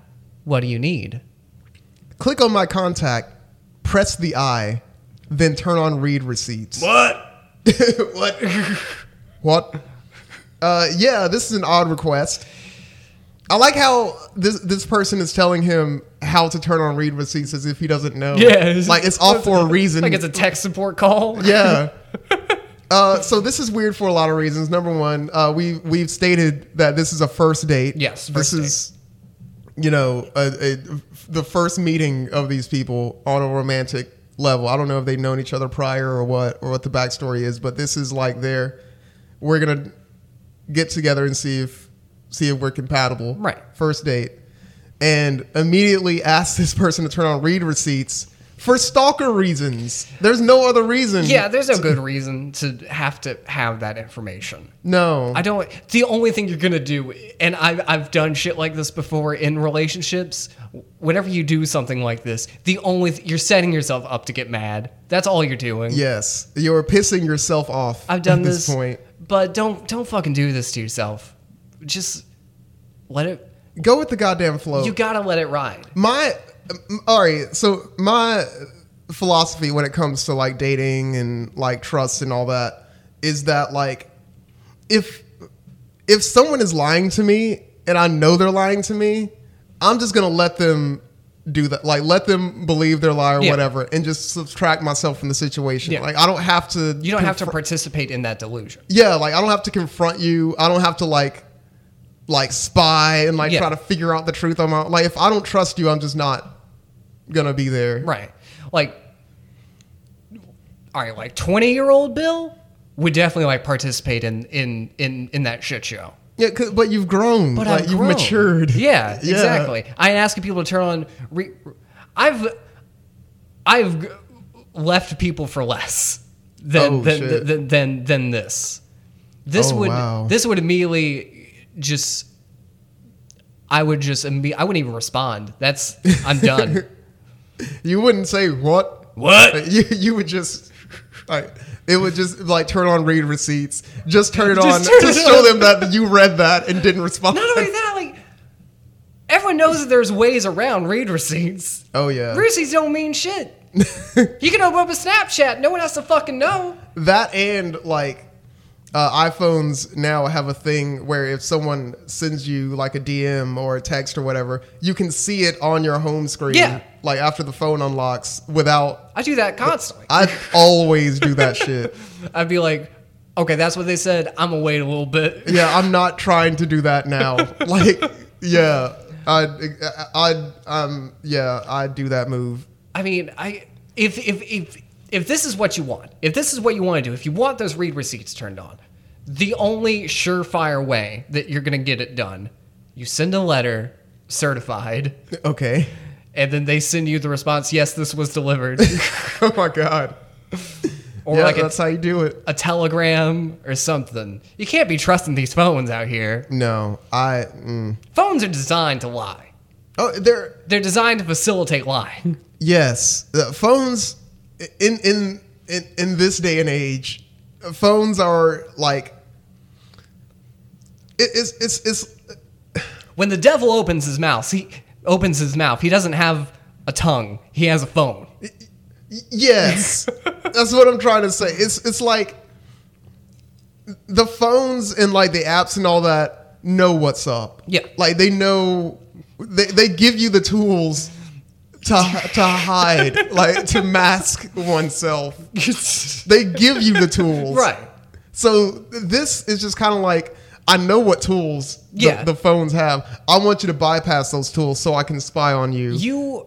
What do you need?
Click on my contact, press the I, then turn on read receipts."
What?
what? what? Uh, yeah, this is an odd request. I like how this this person is telling him how to turn on read receipts as if he doesn't know.
Yeah, it's-
like it's all for a reason.
Like it's a tech support call?
yeah. Uh, so this is weird for a lot of reasons. Number one, uh, we we've stated that this is a first date.
Yes,
this
first date.
is, you know, a, a, the first meeting of these people on a romantic level. I don't know if they've known each other prior or what or what the backstory is, but this is like their we're gonna get together and see if see if we're compatible.
Right.
First date, and immediately ask this person to turn on read receipts. For stalker reasons, there's no other reason.
Yeah, there's no good reason to have to have that information.
No.
I don't. The only thing you're gonna do, and I've I've done shit like this before in relationships. Whenever you do something like this, the only th- you're setting yourself up to get mad. That's all you're doing.
yes, you're pissing yourself off.
I've done
at
this,
this, point.
but don't don't fucking do this to yourself. Just let it.
Go with the goddamn flow.
You gotta let it ride.
my m- all right. So my philosophy when it comes to like dating and like trust and all that is that like if if someone is lying to me and I know they're lying to me, I'm just gonna let them do that. Like let them believe their lie or
Yeah.
whatever, and just subtract myself from the situation.
Yeah.
Like I don't have to.
You don't have to participate in that delusion.
yeah like i don't have to confront you i don't have to like like spy and like
Yeah.
try to figure out the truth on my like if i don't trust you i'm just not gonna be there
Right. Like, all right, like 20 year old Bill would definitely like participate in, in, in, in that shit show.
yeah 'cause- but you've grown
But
like
I've
you've
grown.
matured
Yeah,
Yeah.
exactly. I'm asking people to turn on. Re- I've, I've g- left people for less than
Oh,
than,
shit.
than than than this. This
Oh,
would
wow.
this would immediately just. I would just imme- I wouldn't even respond. That's I'm done.
you wouldn't say what
what?
you, you would just like it would just like turn on read receipts just turn it on
turn
to
it
show
on.
them that you read that and didn't respond
Not only that, like everyone knows that there's ways around read receipts.
oh yeah
Receipts don't mean shit. you can open up a Snapchat. No one has to fucking know.
that and like uh, iPhones now have a thing where if someone sends you like a DM or a text or whatever, you can see it on your home screen.
Yeah.
Like after the phone unlocks without.
I do that constantly.
I always do that shit.
I'd be like, okay, that's what they said. I'm gonna wait a little bit.
Yeah, I'm not trying to do that now. Like, yeah, I, I, I, um, yeah, I do that move.
I mean, I if if if if this is what you want, if this is what you want to do, if you want those read receipts turned on, the only surefire way that you're gonna get it done, you send a letter certified,
Okay.
and then they send you the response. Yes, this was delivered,
oh my god.
or
yeah,
like a,
that's how you do it.
a telegram or something. You can't be trusting these phones out here.
No, I. Mm.
Phones are designed to lie.
Oh, there.
They're designed to facilitate lying.
Yes, the phones in in in in this day and age, phones are like it, it's it's it's
when the devil opens his mouth, he opens his mouth. He doesn't have a tongue. He has a phone.
yes. That's what I'm trying to say. It's it's like the phones and like the apps and all that know what's up.
Yeah.
Like they know they they give you the tools to to hide, like to mask oneself. They give you the tools.
right.
So this is just kind of like I know what tools the,
Yeah.
the phones have. I want you to bypass those tools so I can spy on you.
You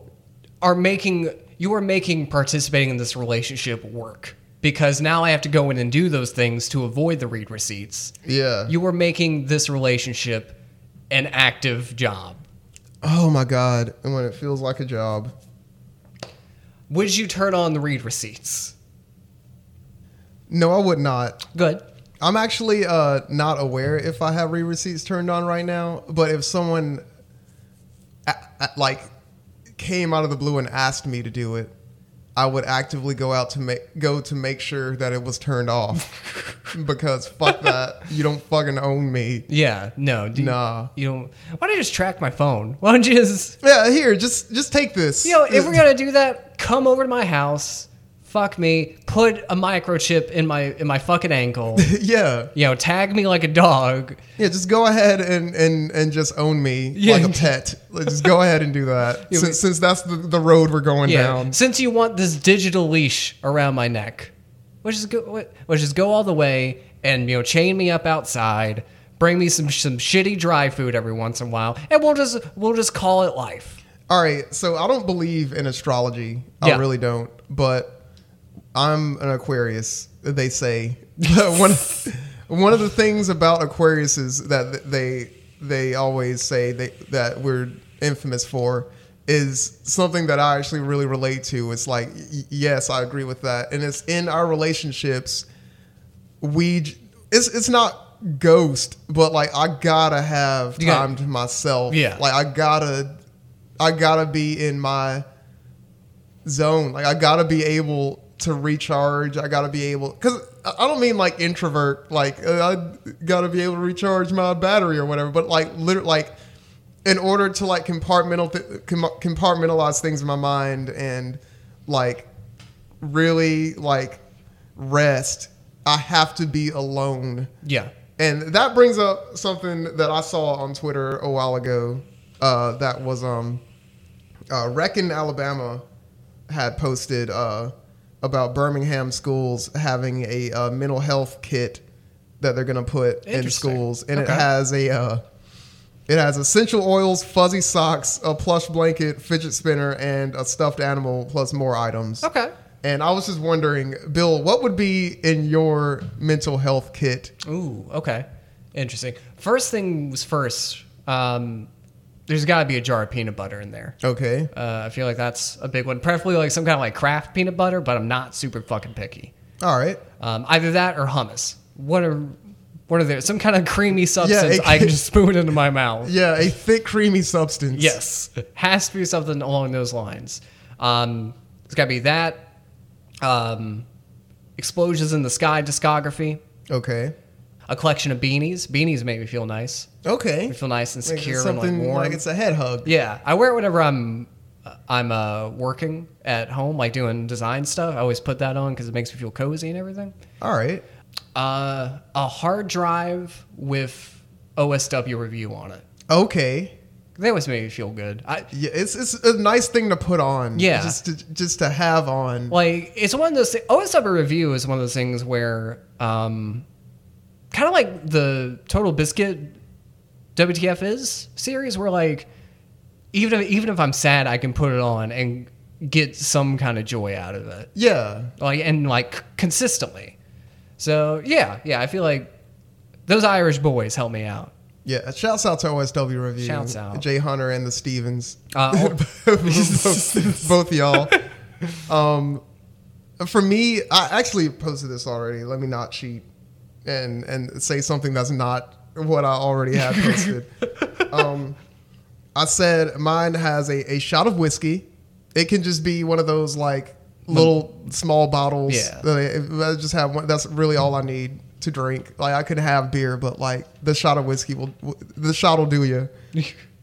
are making you are making participating in this relationship work because now I have to go in and do those things to avoid the read receipts.
yeah.
You are making this relationship an active job.
oh my god. And when it feels like a job.
Would you turn on the read receipts?
No, I would not.
Good.
I'm actually uh, not aware if I have re receipts turned on right now. But if someone a- a- like came out of the blue and asked me to do it, I would actively go out to make go to make sure that it was turned off. because fuck that. You don't fucking own me.
Yeah. No. Do you-
Nah.
You don't. Why don't you just track my phone? Why don't you just
Yeah, here, just just take this.
You know, if we're gonna do that, come over to my house, fuck me, put a microchip in my in my fucking ankle.
yeah,
You know, tag me like a dog.
yeah, just go ahead and and and just own me
Yeah.
like a pet. Like, just go ahead and do that
Yeah, we-
since, since that's the, the road we're going
Yeah.
down.
Since you want this digital leash around my neck, which is go, which is go all the way and you know chain me up outside, bring me some some shitty dry food every once in a while, and we'll just we'll just call it life.
All right, so I don't believe in astrology. I
Yeah.
really don't, but I'm an Aquarius. They say one one of the things about Aquarius is that they they always say they, that we're infamous for is something that I actually really relate to. It's like y- yes, I agree with that, and it's in our relationships. We j- it's it's not ghost, but like I gotta have
You gotta-
time to myself.
Yeah.
like I gotta I gotta be in my zone. Like I gotta be able to recharge. I gotta be able because I don't mean like introvert. Like uh, I gotta be able to recharge my battery or whatever. But like literally, like in order to like compartmental th- com- compartmentalize things in my mind and like really like rest, I have to be alone.
Yeah.
And that brings up something that I saw on Twitter a while ago. Uh, that was um, uh, Reckon Alabama had posted uh, about Birmingham schools having a uh, mental health kit that they're going to put in
Interesting.
schools, and
Okay.
it has a uh, it has essential oils, fuzzy socks, a plush blanket, fidget spinner, and a stuffed animal, plus more items.
Okay.
And I was just wondering, Bill, what would be in your mental health kit?
Ooh, okay. Interesting. First thing was first. Um, there's got to be a jar of peanut butter in there.
Okay.
Uh, I feel like that's a big one. Preferably like some kind of like craft peanut butter, but I'm not super fucking picky.
All right.
Um, either that or hummus. What are what are there? Some kind of creamy substance
it
I can
could-
just spoon into my mouth.
Yeah, a thick, creamy substance.
Yes, has to be something along those lines. Um, it's got to be that. Um, Explosions in the Sky discography.
Okay.
A collection of beanies. Beanies make me feel nice.
Okay.
I feel nice and
Like
secure and
something
like warm.
like it's a head hug.
Yeah, I wear it whenever I'm I'm uh, working at home, like doing design stuff. I always put that on because it makes me feel cozy and everything.
All right.
Uh, a hard drive with OSW review on it.
Okay.
They always make me feel good. I
Yeah, it's it's a nice thing to put on.
Yeah.
Just to, just to have on.
like it's one of those. Thi- OSW review is one of those things where, um, kind of like the Total Biscuit WTF is series, where like even if, even if I'm sad, I can put it on and get some kind of joy out of it.
yeah.
like and like consistently. So yeah, yeah, I feel like those Irish boys help me out.
Yeah. Shouts out to OSW Review.
Shouts out.
Jay Hunter and the Stevens.
Uh, all-
both, both y'all. Um, for me, I actually posted this already. Let me not cheat and and say something that's not what I already had posted. um, I said mine has a, a shot of whiskey. It can just be one of those like little small bottles.
Yeah.
that I, I just have one. That's really all I need to drink. Like I could have beer, but like the shot of whiskey will the shot will do you.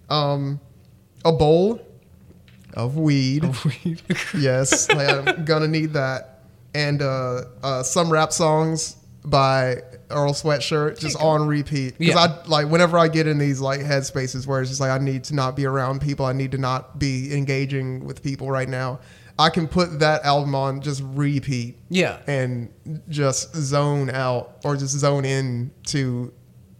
Um, a bowl of weed. yes, like, I'm gonna need that. And uh, uh, some rap songs by Earl Sweatshirt just on repeat because
Yeah.
I like whenever I get in these like headspaces where it's just like I need to not be around people, I need to not be engaging with people right now. I can put that album on just repeat
yeah,
and just zone out or just zone in to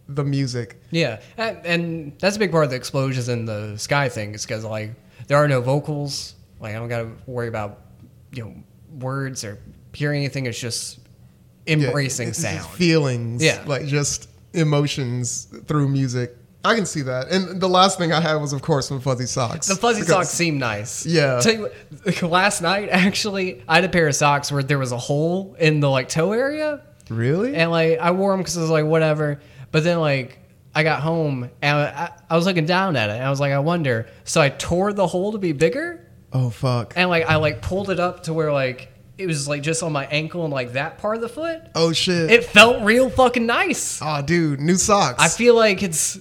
the music.
yeah, and, and that's a big part of the explosions in the sky thing. Is because like there are no vocals. Like I don't got to worry about you know words or hearing anything. It's just
Yeah,
embracing
it's just
sound.
feelings,
Yeah.
like just emotions through music. I can see that. And the last thing I had was, of course, from Fuzzy Socks.
The fuzzy
Because-
socks seem nice.
Yeah.
Tell you what, last night actually, I had a pair of socks where there was a hole in the like toe area,
Really?
and like I wore them because I was like whatever. But then like I got home and I, I was looking down at it and I was like I wonder. So I tore the hole to be bigger
oh fuck.
and like I like pulled it up to where like it was like just on my ankle and like that part of the foot.
oh shit.
It felt real fucking nice.
oh dude, new socks.
I feel like it's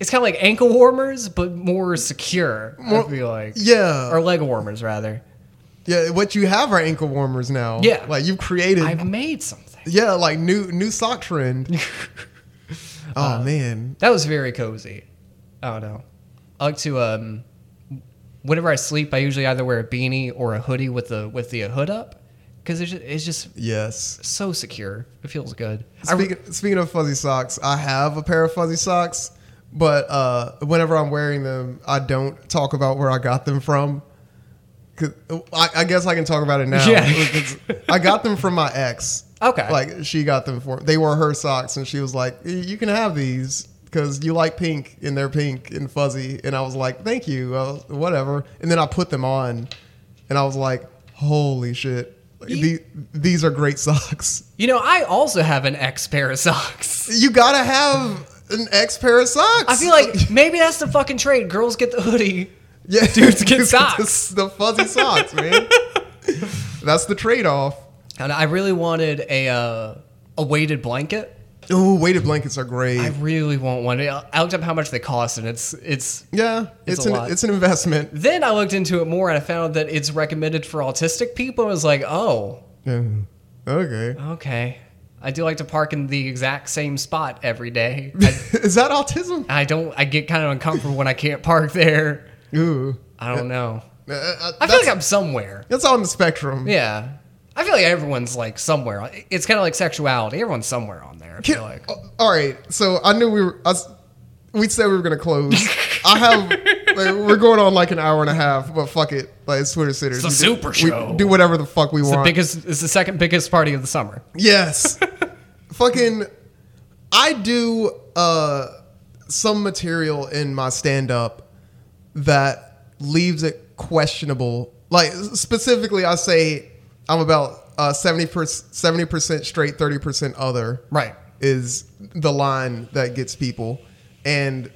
it's kind of like ankle warmers but more secure. I
More-
feel like
yeah.
or leg warmers rather.
yeah. What you have are ankle warmers now.
Yeah.
Like you've created.
I've made something.
yeah, like new new sock trend. oh
Uh,
man.
That was very cozy. I don't know. I like to um whenever I sleep I usually either wear a beanie or a hoodie with the with the hood up cuz it's just, it's just
Yes.
so secure. It feels good. I re-
Speaking, speaking of fuzzy socks, I have a pair of fuzzy socks, but uh, whenever I'm wearing them, I don't talk about where I got them from. 'Cause- uh, I, I guess I can talk about it now.
Yeah.
I got them from my ex.
Okay.
Like she got them for they were her socks, and she was like, "Y- "You can have these because you like pink, and they're pink and fuzzy." And I was like, "Thank you, uh, whatever." And then I put them on, and I was like, "Holy shit, Like,
You-
the- these are great socks."
you know, I also have an X pair of socks.
You gotta have an X pair of socks.
I feel like maybe that's the fucking trade. Girls get the hoodie.
yeah,
dudes get
the-
socks.
The, fuzzy socks, man. That's the trade off.
And I really wanted a uh, a weighted blanket.
Ooh, weighted blankets are
I
great.
really want one. I I looked up how much they cost, and it's it's.
Yeah,
It's
it's,
a
an
lot.
it's an investment.
Then I looked into it more, and I found that it's recommended for autistic people. I was like, oh,
Yeah. Okay.
okay. I do like to park in the exact same spot every day. I,
Is that autism?
I don't. I get kind of uncomfortable when I can't park there.
Ooh.
I don't know.
Uh, uh,
I feel
that's,
like I'm somewhere.
that's on the spectrum.
Yeah. I feel like everyone's like somewhere. It's kind of like sexuality. Everyone's somewhere on there. I
Can-
feel like.
uh, all right. So I knew we were. I s we said we were gonna close. I have. like, we're going on like an hour and a half, but fuck it. Like it's Twitter Sitters.
It's a
We do-
super
we
show.
do whatever the fuck we
It's the
want.
biggest. It's the second biggest party of the summer.
Yes. Fucking I do uh some material in my stand up that leaves it questionable. Like specifically I say I'm about uh 70 percent straight, 30% other
Right.
is the line that gets people. And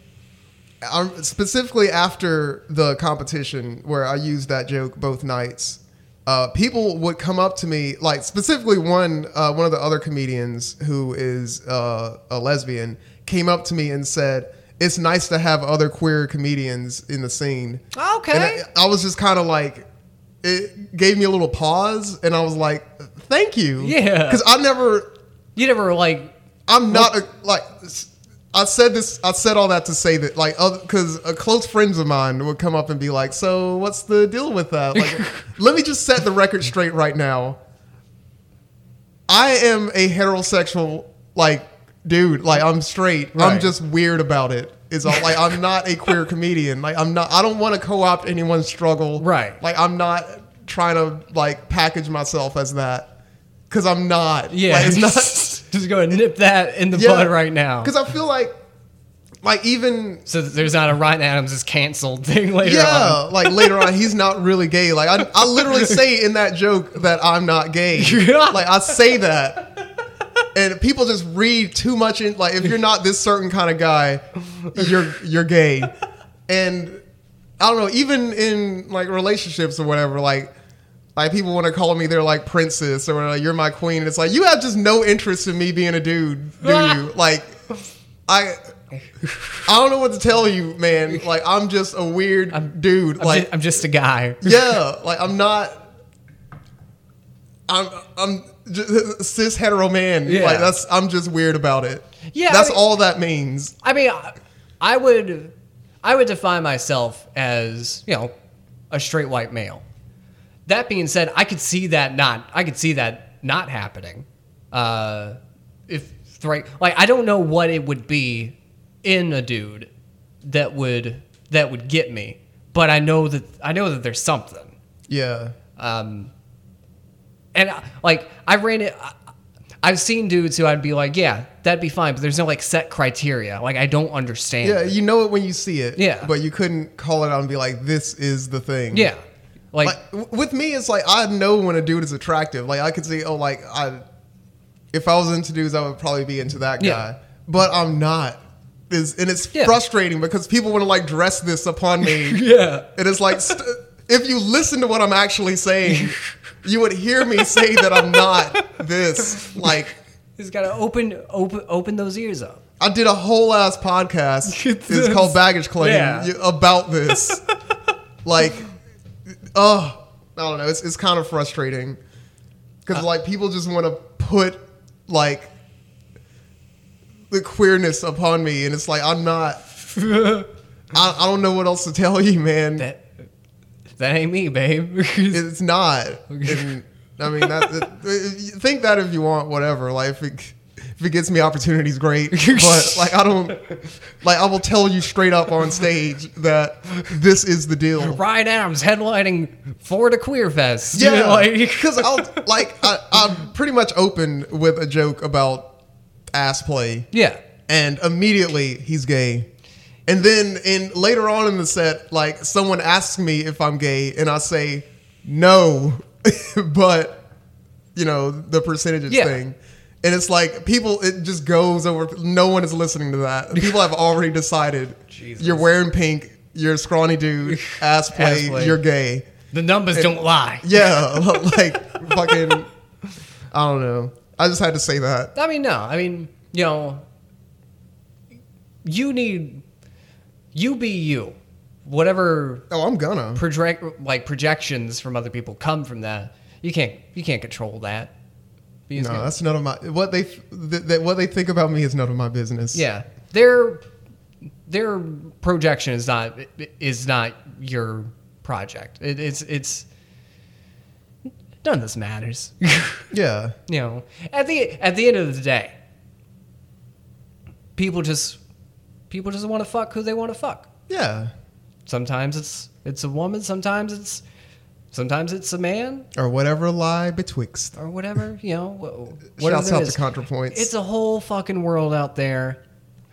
I'm, specifically after the competition where I used that joke both nights, uh, people would come up to me, like specifically one uh, one of the other comedians who is uh, a lesbian came up to me and said, "It's nice to have other queer comedians in the scene."
Okay.
And I, uh, I was just kind of like, it gave me a little pause, and I was like, "Thank you."
Yeah.
Because I never
You never like
I'm not a, like s- I said this. I said all that to say that like because a close friends of mine would come up and be like, "So what's the deal with that?" Like, let me just set the record straight right now. I am a heterosexual like dude. Like I'm straight. I'm
Right.
just weird about it. Is all like I'm not a queer comedian. Like I'm not. I don't want to co-opt anyone's struggle.
Right.
Like I'm not trying to like package myself as that because I'm not.
yeah.
Like, it's not.
just go and nip that in the bud right now.
Because I feel like, like even
So that there's not a Ryan Adams is canceled thing later
yeah, like later on, he's not really gay. Like I, I literally say in that joke that I'm not gay.
Yeah.
Like I say that, and people just read too much. In like if you're not this certain kind of guy, you're you're gay, and I don't know. Even in like relationships or whatever, like. Like people want to call me, they're like princess or like, you're my queen. It's like you have just no interest in me being a dude, do you? Like, I I don't know what to tell you, man. Like I'm just a weird dude.
on. I'm,
like
just, I'm just a guy.
yeah, like I'm not. I'm I'm just, cis hetero man.
Yeah.
Like that's I'm just weird about it.
Yeah, I
that's
mean-
all that means.
I mean, I- I would, I would define myself as you know, a straight white male. That being said, I could see that not, I could see that not happening. Uh, if right, like I don't know what it would be in a dude that would that would get me, but I know that I know that there's something.
Yeah,
Um, and uh, like I ran it, I- I've seen dudes who I'd be like, yeah, that'd be fine, but there's no like set criteria. Like I don't understand.
yeah.
it.
You know it when you see it.
Yeah.
but you couldn't call it out and be like, this is the thing.
yeah. Like,
like w- with me it's like i know when a dude is attractive like i could see oh like i if i was into dudes i would probably be into that guy
Yeah.
but i'm not is and it's
Yeah.
frustrating because people want to like dress this upon me
yeah,
and it's like st- if you listen to what i'm actually saying you would hear me say that i'm not this like
just gotta open open open those ears up.
I did a whole ass podcast.
It's
It's, called Baggage Claim
Yeah.
y- about this. like, oh, I don't know. It's, it's kind of frustrating because like people just want to put like the queerness upon me, and it's like I'm not. I, I don't know what else to tell you, man.
That that ain't me, babe.
it's not. And, I mean, that, that- think that if you want, whatever. Like if it, if it gets me opportunities, great. But like I don't, like I will tell you straight up on stage that this is the deal.
Ryan Adams headlining Florida Queer Fest. You know,
Yeah,
like-
because I'll like I, I'm pretty much open with a joke about ass play,
yeah,
and immediately he's gay. And then in later on in the set, like someone asks me if I'm gay, and I say no, but you know the percentages
Yeah.
thing. And it's like people, it just goes over. No one is listening to that. People have already decided
Jesus.
you're wearing pink, you're a scrawny dude, ass play,
Ass play.
you're gay.
the numbers don't lie.
Yeah, like fucking. I don't know. I just had to say that.
I mean, no. I mean, you know, you need you be you. Whatever
Oh, I'm gonna.
project like projections from other people come from that. You can't you can't control that. You
No,
just-
that's none of my what they th- that what they think about me is none of my business.
yeah. Their their projection is not is not your project. It, it's it's none of this matters.
yeah,
you know at the at the end of the day people just people just want to fuck who they want to fuck
yeah.
sometimes it's it's a woman sometimes it's sometimes it's a man
Or whatever lie betwixt.
or whatever you know wh- whatever
Shouts
there
out
is.
to ContraPoints.
it's a whole fucking world out there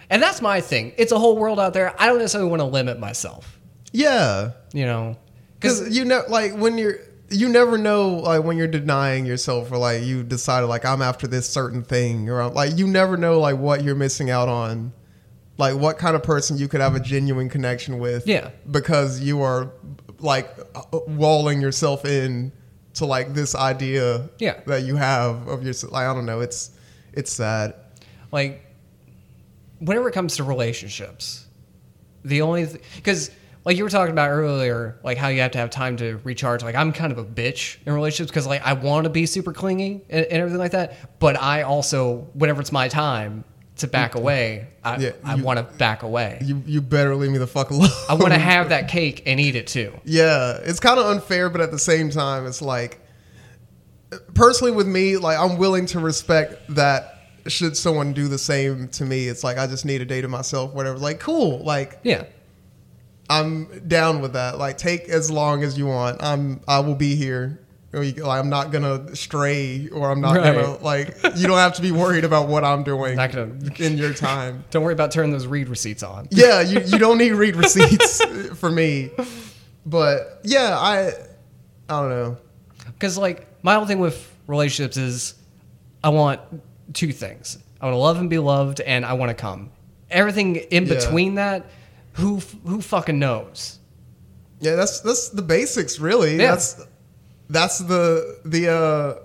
and that's my thing it's a whole world out there i don't necessarily want to limit myself
yeah,
you know because
because you know, like when you're. You never know, like when you're denying yourself, or like you decided, like I'm after this certain thing, or I'm- like you never know, like what you're missing out on, like what kind of person you could have a genuine connection with,
Yeah.
because you are like walling yourself in to like this idea,
Yeah.
that you have of yourself. Like I don't know, it's it's sad.
like whenever it comes to relationships the only because like you were talking about earlier, like how you have to have time to recharge. Like I'm kind of a bitch in relationships because like I want to be super clingy and, and everything like that, but I also whenever it's my time to back away, I,
Mm. Yeah,
I
you-
want to back away.
You you better leave me the fuck alone.
I want to have that cake and eat it too.
Yeah, it's kind of unfair, but at the same time, it's like personally with me, like I'm willing to respect that. Should someone do the same to me, it's like I just need a day to myself, whatever. Like cool, like
Yeah,
I'm down with that. Like take as long as you want. I'm I will be here. Or you- Like, I'm not gonna stray, or I'm not
Right.
gonna like. You don't have to be worried about what I'm doing
Not gonna-
in your time.
don't worry about turning those read receipts on.
Yeah, you, you don't need read receipts for me. But yeah, I I don't know.
Because like my whole thing with relationships is, I want two things. I want to love and be loved, and I want to come. Everything in
Yeah.
between that, who f- who fucking knows?
Yeah, that's that's the basics, really.
Yeah.
That's that's the the uh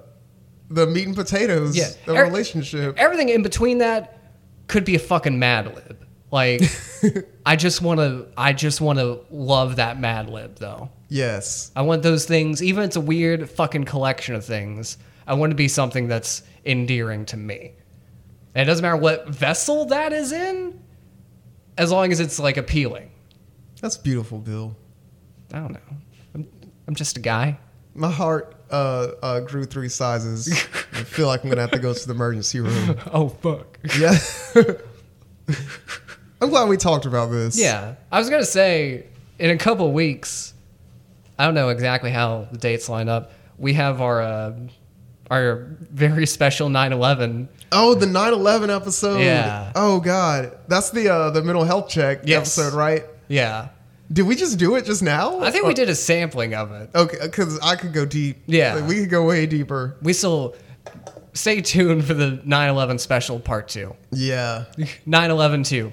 the meat and potatoes
Yeah.
of
Er-
relationship.
Everything in between that could be a fucking Mad Lib. Like, I just want to, I just want to love that Mad Lib though.
yes.
I want those things, even if it's a weird fucking collection of things. I want to be something that's endearing to me. And it doesn't matter what vessel that is in, as long as it's like appealing.
That's beautiful, Bill.
I don't know. I'm, I'm just a guy.
My heart uh, uh, grew three sizes. I feel like I'm gonna have to go to the emergency room.
Oh, fuck.
Yeah. I'm glad we talked about this.
Yeah. I was going to say, in a couple weeks, I don't know exactly how the dates line up. We have our, uh, our very special 9 11.
Oh, the 9/11 episode.
Yeah.
Oh God, that's the uh, the mental health check
Yes.
episode, right?
Yeah.
Did we just do it just now?
I think we
Or-
did a sampling of it.
Okay, because I could go deep.
Yeah.
Like, we could go way deeper.
we still stay tuned for the 9-11 special part 2
Yeah.
9-11 2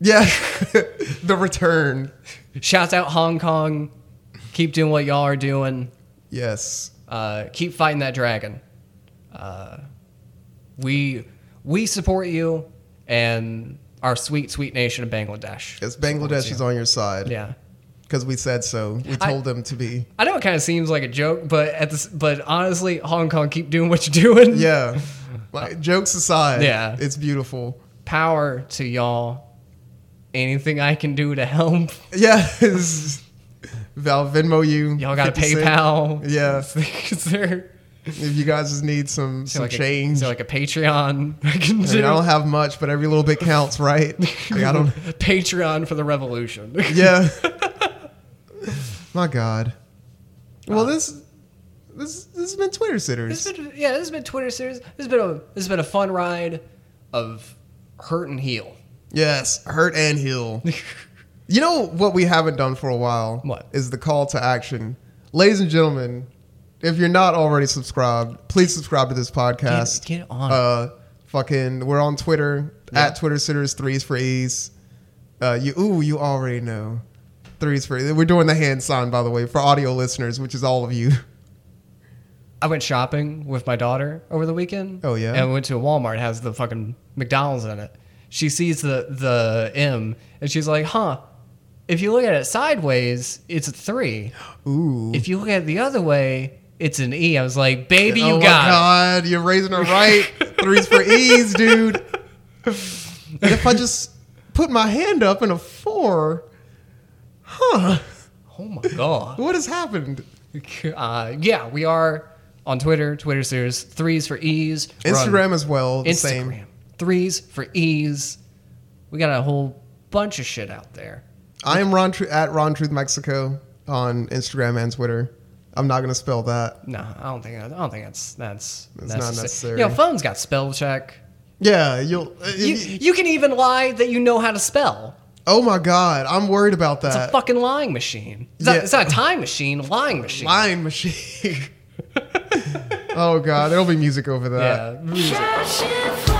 Yeah. the return.
shouts out hong kong keep doing what y'all are doing
Yes.
uh, keep fighting that dragon uh, we we support you and our sweet sweet nation of bangladesh
Because Bangladesh is on your side.
yeah
Because we said so. We
I-
told them to be.
i know it kind of seems like a joke but at this but honestly hong kong keep doing what you're doing
Yeah. Like jokes aside.
Yeah.
It's beautiful.
power to y'all anything i can do to help
Yeah. it's- Val Venmo you.
y'all got a
50 cent.
paypal
Yeah.
is there
If you guys just need some
So
some
like
change.
A, so like a Patreon. I can
I, mean,
do
I don't have much, but every little bit counts, right? Like, I don't.
Patreon for the revolution.
Yeah. My God. Well, this this this has been Twitter sitters.
This has Uh, been, yeah, this has been Twitter series. This has been a this has been a fun ride of hurt and heal.
Yes, hurt and heal. you know what we haven't done for a while?
What?
is the call to action, ladies and gentlemen? If you're not already subscribed, please subscribe to this podcast.
Get- get on it.
Uh, fucking, we're on Twitter at Twitter sitters threes for ease. Uh, you ooh, you already know threes for. We're doing the hand sign by the way for audio listeners, which is all of you.
I went shopping with my daughter over the weekend.
Oh, yeah?
and we went to a Walmart. It has the fucking McDonald's in it. She sees the the M and she's like, "Huh." If you look at it sideways, it's a three.
Ooh.
If you look at it the other way, it's an E. I was like, "Baby, you
oh my
got it."
god, you're raising her right. Threes for ease, dude. And if I just put my hand up in a four, huh?
Oh my god.
What has happened?
Uh, yeah, we are on Twitter. Twitter series threes for ease. We're on
Instagram as well, the
Instagram
same.
threes for ease. We got a whole bunch of shit out there.
I am Ron Tru- at Ron Truth Mexico on Instagram and Twitter. I'm not gonna spell that.
No, I don't think I don't think that's that's
It's not necessary.
You know, phone's got spell check.
Yeah, you'll. uh, if
You,
you-
you can even lie that you know how to spell.
oh my god, I'm worried about
It's
that
a fucking lying machine. It's, not,
Uh, yeah.
it's not a time machine, a lying machine.
line machine. oh god, there'll be music over that.
Yeah.
Cash it for